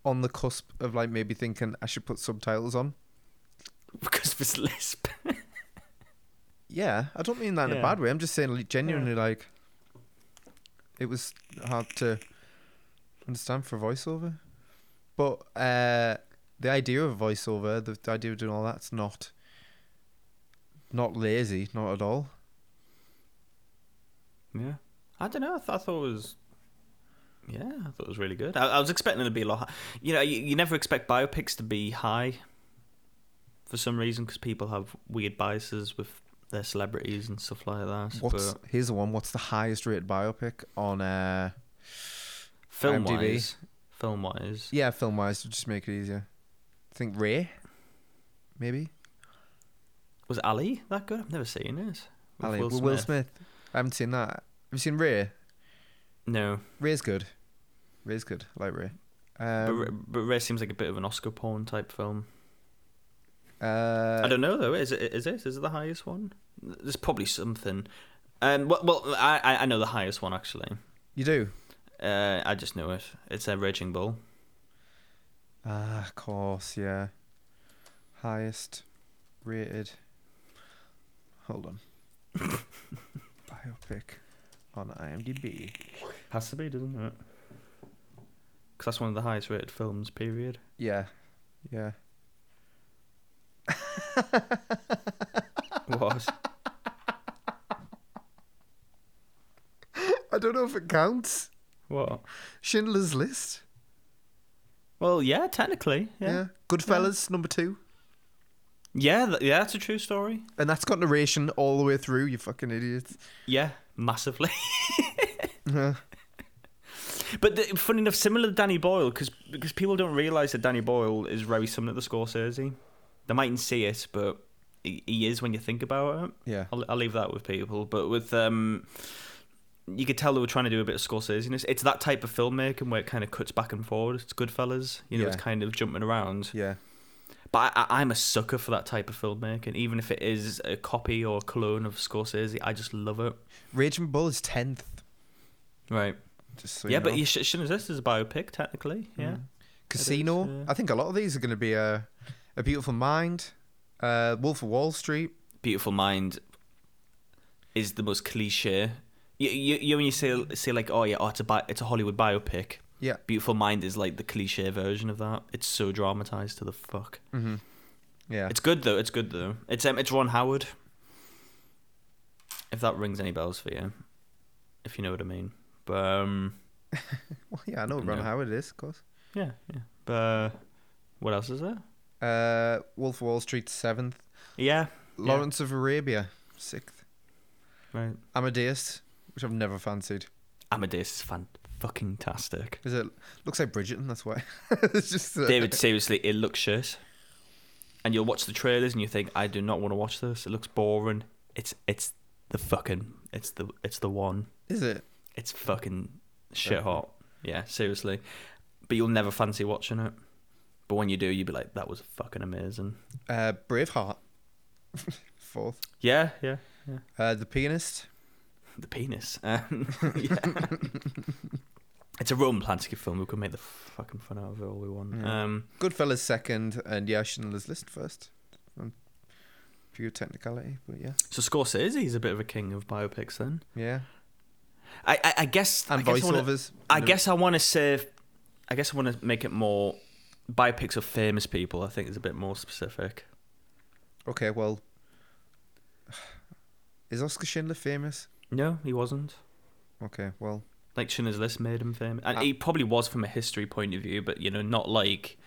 [SPEAKER 2] on the cusp of like maybe thinking I should put subtitles on.
[SPEAKER 1] because of his lisp.
[SPEAKER 2] Yeah, I don't mean that in
[SPEAKER 1] Yeah.
[SPEAKER 2] a bad way. I'm just saying, like, genuinely, like, it was hard to understand for voiceover. But uh, the idea of voiceover, the, the idea of doing all that's not not lazy, not at all.
[SPEAKER 1] Yeah. I don't know. I, th- I thought it was. Yeah, I thought it was really good. I, I was expecting it to be a lot. hi- You know, you, you never expect biopics to be high for some reason because people have weird biases with their celebrities and stuff like that.
[SPEAKER 2] What's
[SPEAKER 1] but
[SPEAKER 2] here's the one? What's the highest rated biopic on? Uh,
[SPEAKER 1] film
[SPEAKER 2] IMDb?
[SPEAKER 1] wise? Film wise,
[SPEAKER 2] yeah, film wise, to just make it easier. I think Ray, maybe
[SPEAKER 1] was Ali that good? I've never seen it. With
[SPEAKER 2] Ali Will Smith. Will Smith. I haven't seen that. Have you seen Ray?
[SPEAKER 1] No,
[SPEAKER 2] Ray's good. Ray's good. I like Ray.
[SPEAKER 1] but
[SPEAKER 2] Um,
[SPEAKER 1] Ra- but Ray seems like a bit of an Oscar porn type film.
[SPEAKER 2] uh,
[SPEAKER 1] I don't know though. Is it is it is it the highest one? There's probably something. Um, well, well, I I I know the highest one actually.
[SPEAKER 2] you do.
[SPEAKER 1] Uh, I just know it. It's a Raging Bull.
[SPEAKER 2] Ah, of course, yeah. Highest rated. Hold on. Biopic on IMDb.
[SPEAKER 1] Has to be, doesn't it? Because that's one of the highest rated films, period.
[SPEAKER 2] Yeah, yeah.
[SPEAKER 1] What?
[SPEAKER 2] I don't know if it counts.
[SPEAKER 1] what?
[SPEAKER 2] Schindler's List.
[SPEAKER 1] Well, yeah, technically.
[SPEAKER 2] Yeah.
[SPEAKER 1] Yeah.
[SPEAKER 2] Goodfellas number two,
[SPEAKER 1] Yeah, th- yeah, that's a true story.
[SPEAKER 2] and that's got narration all the way through. You fucking idiots.
[SPEAKER 1] Yeah, massively.
[SPEAKER 2] Yeah.
[SPEAKER 1] but the, funny enough, similar to Danny Boyle, cause, because people don't realise that Danny Boyle is very similar to Scorsese. They mightn't see it, but he, he is when you think about it.
[SPEAKER 2] yeah.
[SPEAKER 1] I'll, I'll leave that with people. But with um, you could tell they were trying to do a bit of Scorsese. It's that type of filmmaking where it kind of cuts back and forward. It's Goodfellas, you know, it's
[SPEAKER 2] Yeah.
[SPEAKER 1] kind of jumping around.
[SPEAKER 2] Yeah.
[SPEAKER 1] But I, I, I'm a sucker for that type of filmmaking, even if it is a copy or clone of Scorsese. I just love it.
[SPEAKER 2] Raging Bull is tenth.
[SPEAKER 1] Right.
[SPEAKER 2] Just so
[SPEAKER 1] yeah,
[SPEAKER 2] you Mm. know.
[SPEAKER 1] but you sh- shouldn't exist as a biopic technically. Yeah.
[SPEAKER 2] Casino.
[SPEAKER 1] yeah.
[SPEAKER 2] I think a lot of these are going to be uh, a Beautiful Mind, uh, Wolf of Wall Street.
[SPEAKER 1] Beautiful Mind is the most cliche. You, you, you know when you say say like, oh yeah, oh, it's a bi- it's a Hollywood biopic.
[SPEAKER 2] Yeah.
[SPEAKER 1] Beautiful Mind is like the cliche version of that. It's so dramatized to the fuck.
[SPEAKER 2] Mm-hmm. Yeah.
[SPEAKER 1] It's good though. It's good though. It's um, it's Ron Howard. If that rings any bells for you, if you know what I mean. But um,
[SPEAKER 2] well, yeah, I know Ron
[SPEAKER 1] No.
[SPEAKER 2] Howard is, of course.
[SPEAKER 1] yeah, yeah. But uh, what else is there?
[SPEAKER 2] Uh, Wolf of Wall Street, seventh.
[SPEAKER 1] Yeah,
[SPEAKER 2] Lawrence of Arabia, sixth.
[SPEAKER 1] right.
[SPEAKER 2] Amadeus, which I've never fancied.
[SPEAKER 1] Amadeus is fan fucking tastic.
[SPEAKER 2] Is it? Looks like Bridgerton. That's why. it's just uh,
[SPEAKER 1] David, seriously, it looks shit. And you'll watch the trailers and you think, I do not want to watch this. It looks boring. It's it's the fucking it's the it's the one.
[SPEAKER 2] Is it?
[SPEAKER 1] It's fucking shit hot. Yeah, seriously. But you'll never fancy watching it. But when you do, you'll be like, that was fucking amazing.
[SPEAKER 2] Uh, Braveheart, fourth.
[SPEAKER 1] Yeah, yeah.
[SPEAKER 2] Uh, the Pianist.
[SPEAKER 1] The penis. Um, yeah. It's a Roman Polanski film. We could make the fucking fun out of it all we want.
[SPEAKER 2] Yeah.
[SPEAKER 1] Um,
[SPEAKER 2] Goodfellas second, and yeah, Schindler's List first. Um, pure technicality, but yeah,
[SPEAKER 1] so Scorsese is a bit of a king of biopics. Then
[SPEAKER 2] yeah,
[SPEAKER 1] I, I, I guess
[SPEAKER 2] and
[SPEAKER 1] I guess I wanna-
[SPEAKER 2] voiceovers.
[SPEAKER 1] I
[SPEAKER 2] No-
[SPEAKER 1] guess I want to say, I guess I want to make it more biopics of famous people. I think is a bit more specific.
[SPEAKER 2] Okay, well, is Oscar Schindler famous?
[SPEAKER 1] No, he wasn't.
[SPEAKER 2] Okay, well,
[SPEAKER 1] Like Schindler's List made him famous, and
[SPEAKER 2] Ah.
[SPEAKER 1] he probably was from a history point of view, but you know, not like,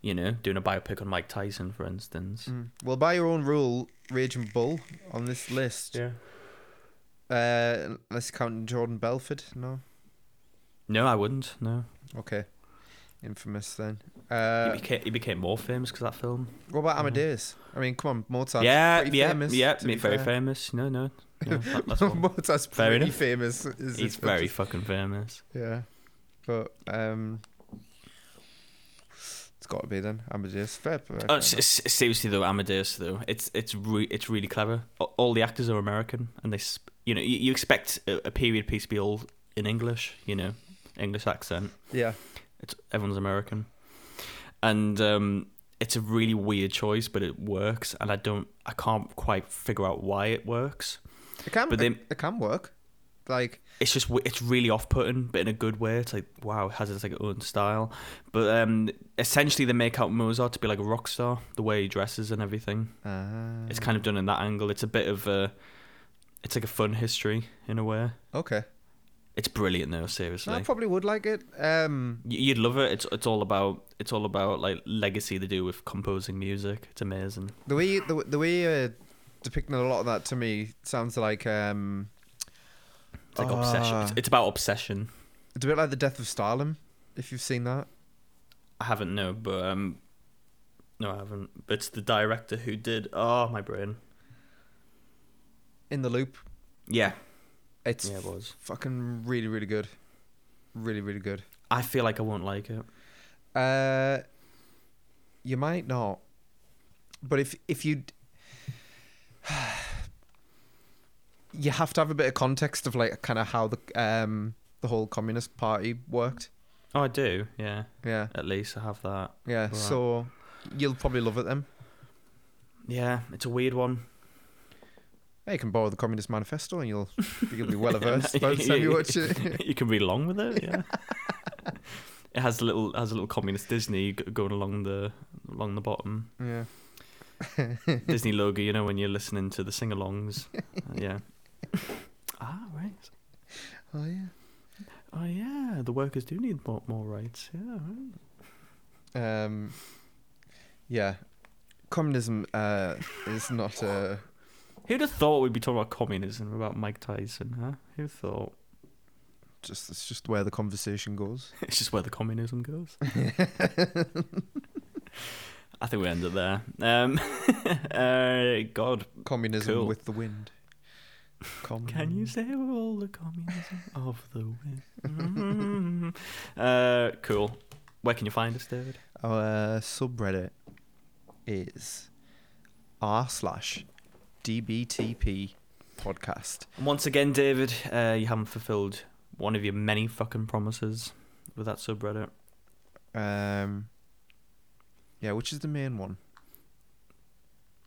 [SPEAKER 1] you know, doing a biopic on Mike Tyson, for instance.
[SPEAKER 2] mm. well, by your own rule, Raging Bull on this list.
[SPEAKER 1] Yeah.
[SPEAKER 2] Uh, let's count Jordan Belford. No,
[SPEAKER 1] No, I wouldn't. No,
[SPEAKER 2] okay, infamous then.
[SPEAKER 1] he
[SPEAKER 2] Uh,
[SPEAKER 1] became he became more famous because that film.
[SPEAKER 2] what about Amadeus? I mean, come on,
[SPEAKER 1] Mm-hmm.
[SPEAKER 2] Mozart.
[SPEAKER 1] yeah,
[SPEAKER 2] pretty
[SPEAKER 1] yeah,
[SPEAKER 2] famous,
[SPEAKER 1] yeah.
[SPEAKER 2] to
[SPEAKER 1] Me
[SPEAKER 2] be
[SPEAKER 1] very
[SPEAKER 2] fair.
[SPEAKER 1] famous. No, no, no that- that's one.
[SPEAKER 2] Mozart's
[SPEAKER 1] Fair
[SPEAKER 2] pretty
[SPEAKER 1] enough.
[SPEAKER 2] famous. is his
[SPEAKER 1] He's
[SPEAKER 2] picture.
[SPEAKER 1] very fucking famous.
[SPEAKER 2] Yeah, but um, it's got to be then Amadeus. Fair, fair,
[SPEAKER 1] Oh,
[SPEAKER 2] fair
[SPEAKER 1] s-
[SPEAKER 2] enough.
[SPEAKER 1] s- seriously though, Amadeus though, it's it's re- it's really clever. A- All the actors are American, and they sp- you know you, you expect a, a period piece to be all in English, you know, English accent.
[SPEAKER 2] yeah,
[SPEAKER 1] It's everyone's American, and um, it's a really weird choice, but it works. And I don't, I can't quite figure out why it works.
[SPEAKER 2] it can.
[SPEAKER 1] But
[SPEAKER 2] it-
[SPEAKER 1] they-
[SPEAKER 2] it can work. Like
[SPEAKER 1] It's just w- it's really off putting, but in a good way. It's like wow, it has its like own style. But um, essentially, they make out Mozart to be like a rock star, the way he dresses and everything.
[SPEAKER 2] Ah.
[SPEAKER 1] It's kind of done in that angle. It's a bit of a, it's like a fun history in a way.
[SPEAKER 2] okay.
[SPEAKER 1] It's brilliant though,
[SPEAKER 2] No,
[SPEAKER 1] seriously.
[SPEAKER 2] I probably would like it. Um,
[SPEAKER 1] Y- You'd love it. It's it's all about it's all about like legacy to do with composing music. It's amazing.
[SPEAKER 2] the way the, w- the way uh, depicting a lot of that to me sounds like um,
[SPEAKER 1] It's like obsession.
[SPEAKER 2] Ah.
[SPEAKER 1] It's, it's about obsession.
[SPEAKER 2] it's a bit like the death of Stalin. If you've seen that,
[SPEAKER 1] I haven't no, but um, no, I haven't. But it's the director who did. Oh, my brain.
[SPEAKER 2] in the loop,
[SPEAKER 1] Yeah,
[SPEAKER 2] it's
[SPEAKER 1] yeah, it was.
[SPEAKER 2] fucking really really good, really really good.
[SPEAKER 1] I feel like I won't like it.
[SPEAKER 2] Uh, you might not, but if if you you have to have a bit of context of like kind of how the um the whole communist party worked.
[SPEAKER 1] Oh, I do. Yeah,
[SPEAKER 2] Yeah,
[SPEAKER 1] at least I have that.
[SPEAKER 2] yeah.
[SPEAKER 1] Right.
[SPEAKER 2] So you'll probably love it then.
[SPEAKER 1] Yeah, it's a weird one.
[SPEAKER 2] Yeah, you can borrow the Communist Manifesto and you'll you'll be well averse by the time you watch it.
[SPEAKER 1] you can read along with it. Yeah. it has a little has a little communist Disney g- going along the along the bottom
[SPEAKER 2] yeah.
[SPEAKER 1] Disney logo. You know when you're listening to the sing-alongs. Uh, yeah. ah right.
[SPEAKER 2] Oh yeah.
[SPEAKER 1] Oh yeah, the workers do need more, more rights. Yeah. Right.
[SPEAKER 2] Um, yeah. Communism uh, is not uh, a.
[SPEAKER 1] Who'd have thought we'd be talking about communism about Mike Tyson? Huh? Who thought?
[SPEAKER 2] Just it's just where the conversation goes.
[SPEAKER 1] It's just where the communism goes. I think we end it there. Um, uh, God,
[SPEAKER 2] Communism
[SPEAKER 1] Cool.
[SPEAKER 2] with the wind. Commun-
[SPEAKER 1] Can you say with all the communism of the wind? Mm. uh, cool. Where can you find us, David?
[SPEAKER 2] Our uh, subreddit is r slash dbtp podcast.
[SPEAKER 1] And once again, David, uh, you haven't fulfilled one of your many fucking promises with that subreddit.
[SPEAKER 2] Um, yeah, which is the main one?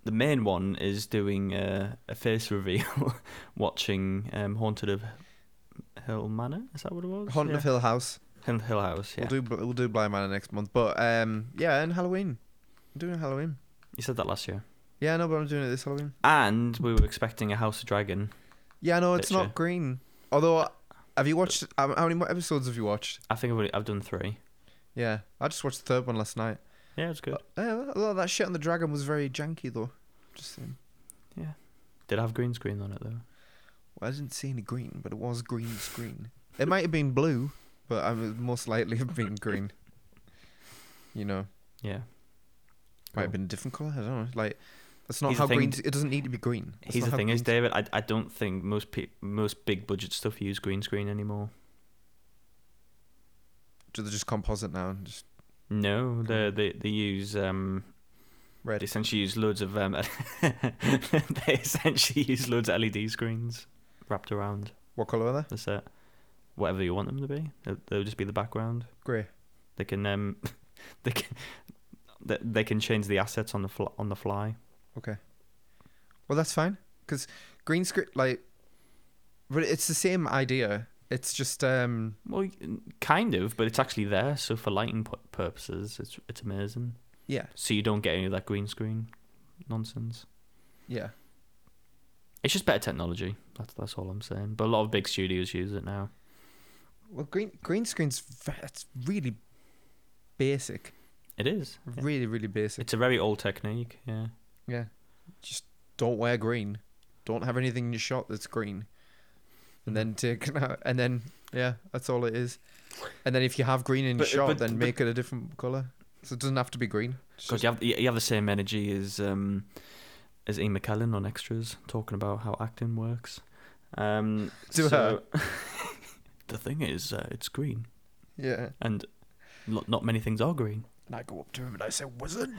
[SPEAKER 1] The main one is doing uh, a face reveal, watching um, Haunted of Hill Manor. Is that what it was?
[SPEAKER 2] Haunted
[SPEAKER 1] yeah.
[SPEAKER 2] of Hill House.
[SPEAKER 1] Hill, Hill House. Yeah,
[SPEAKER 2] We'll do Bl- we'll do Blind Manor next month, but um, yeah, and Halloween. I'm doing Halloween.
[SPEAKER 1] you said that last year.
[SPEAKER 2] Yeah, no, but I'm doing it this Halloween.
[SPEAKER 1] And we were expecting a House of Dragon.
[SPEAKER 2] Yeah, no, it's
[SPEAKER 1] Picture.
[SPEAKER 2] not green. Although, have you watched? How how many more episodes have you watched?
[SPEAKER 1] I think I've, already, I've done three.
[SPEAKER 2] Yeah, I just watched the third one last night.
[SPEAKER 1] Yeah, it's good.
[SPEAKER 2] Uh, a lot of that shit on the dragon was very janky though. Just um, saying.
[SPEAKER 1] Did have green screen on it though.
[SPEAKER 2] Well, I didn't see any green, but it was green screen. it might have been blue, but I would most likely have been green. You know,
[SPEAKER 1] Yeah.
[SPEAKER 2] might
[SPEAKER 1] Cool.
[SPEAKER 2] have been a different color. I don't know. Like, that's not
[SPEAKER 1] Here's
[SPEAKER 2] how
[SPEAKER 1] the thing-
[SPEAKER 2] green. It doesn't need to be green. That's
[SPEAKER 1] Here's
[SPEAKER 2] not
[SPEAKER 1] the
[SPEAKER 2] how
[SPEAKER 1] thing is,
[SPEAKER 2] green-
[SPEAKER 1] David, I, I don't think most pe- most big budget stuff use green screen anymore.
[SPEAKER 2] Do they just composite now and just
[SPEAKER 1] No, they they they use um
[SPEAKER 2] Oh. red?
[SPEAKER 1] they essentially use loads of um they essentially use loads of LED E screens wrapped around
[SPEAKER 2] What color are they?
[SPEAKER 1] the set. whatever you want them to be. They'll, they'll just be the background.
[SPEAKER 2] Great.
[SPEAKER 1] They can um, they can they, they can change the assets on the fl- on the fly.
[SPEAKER 2] Okay. Well, that's fine because green screen like, but it's the same idea. It's just um
[SPEAKER 1] Well, y- kind of, but it's actually there. So for lighting pu- purposes, it's it's amazing.
[SPEAKER 2] yeah
[SPEAKER 1] So you don't get any of that green screen nonsense.
[SPEAKER 2] yeah
[SPEAKER 1] It's just better technology. That's that's all I'm saying. But a lot of big studios use it now.
[SPEAKER 2] well green green screen's ve- it's really basic
[SPEAKER 1] It is. yeah.
[SPEAKER 2] really really basic
[SPEAKER 1] It's a very old technique. Yeah.
[SPEAKER 2] yeah just don't wear green don't have anything in your shot that's green
[SPEAKER 1] Hmm.
[SPEAKER 2] and then take it out and then yeah that's all it is and then if you have green in your
[SPEAKER 1] But-
[SPEAKER 2] shot
[SPEAKER 1] but-
[SPEAKER 2] then
[SPEAKER 1] but-
[SPEAKER 2] make it a different color so it doesn't have to be green It's
[SPEAKER 1] Because
[SPEAKER 2] just-
[SPEAKER 1] you have you you have the same energy as um, as Ian McKellen on Extras talking about how acting works. Um,
[SPEAKER 2] Do
[SPEAKER 1] so- the thing is, uh, it's green,
[SPEAKER 2] yeah
[SPEAKER 1] and not not many things are green.
[SPEAKER 2] and i go up to him and i say wizard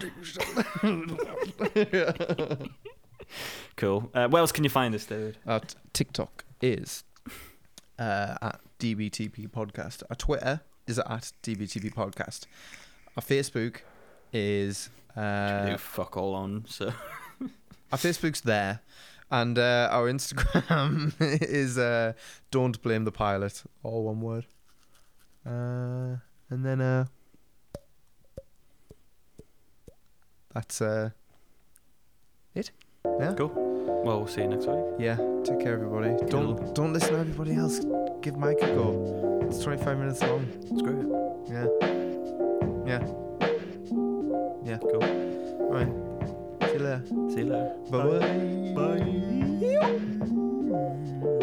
[SPEAKER 1] Cool. Uh, where else can you find us, David?
[SPEAKER 2] Our t- TikTok is uh, at DBTP Podcast. Our Twitter is at DBTP Podcast. Our Facebook is uh,
[SPEAKER 1] Do fuck all on. So
[SPEAKER 2] our Facebook's there, and uh, our Instagram is uh, Don't Blame the Pilot, all one word. Uh, and then uh, that's uh, it. Yeah.
[SPEAKER 1] well, we'll see you next week.
[SPEAKER 2] Yeah, take care, everybody. Don't don't listen to everybody else. Give Mike a go. It's 25 minutes long.
[SPEAKER 1] It's great.
[SPEAKER 2] Yeah. Yeah. Yeah.
[SPEAKER 1] Cool.
[SPEAKER 2] All right. See you later.
[SPEAKER 1] See you later.
[SPEAKER 2] Bye-bye.
[SPEAKER 1] Bye.
[SPEAKER 2] Bye.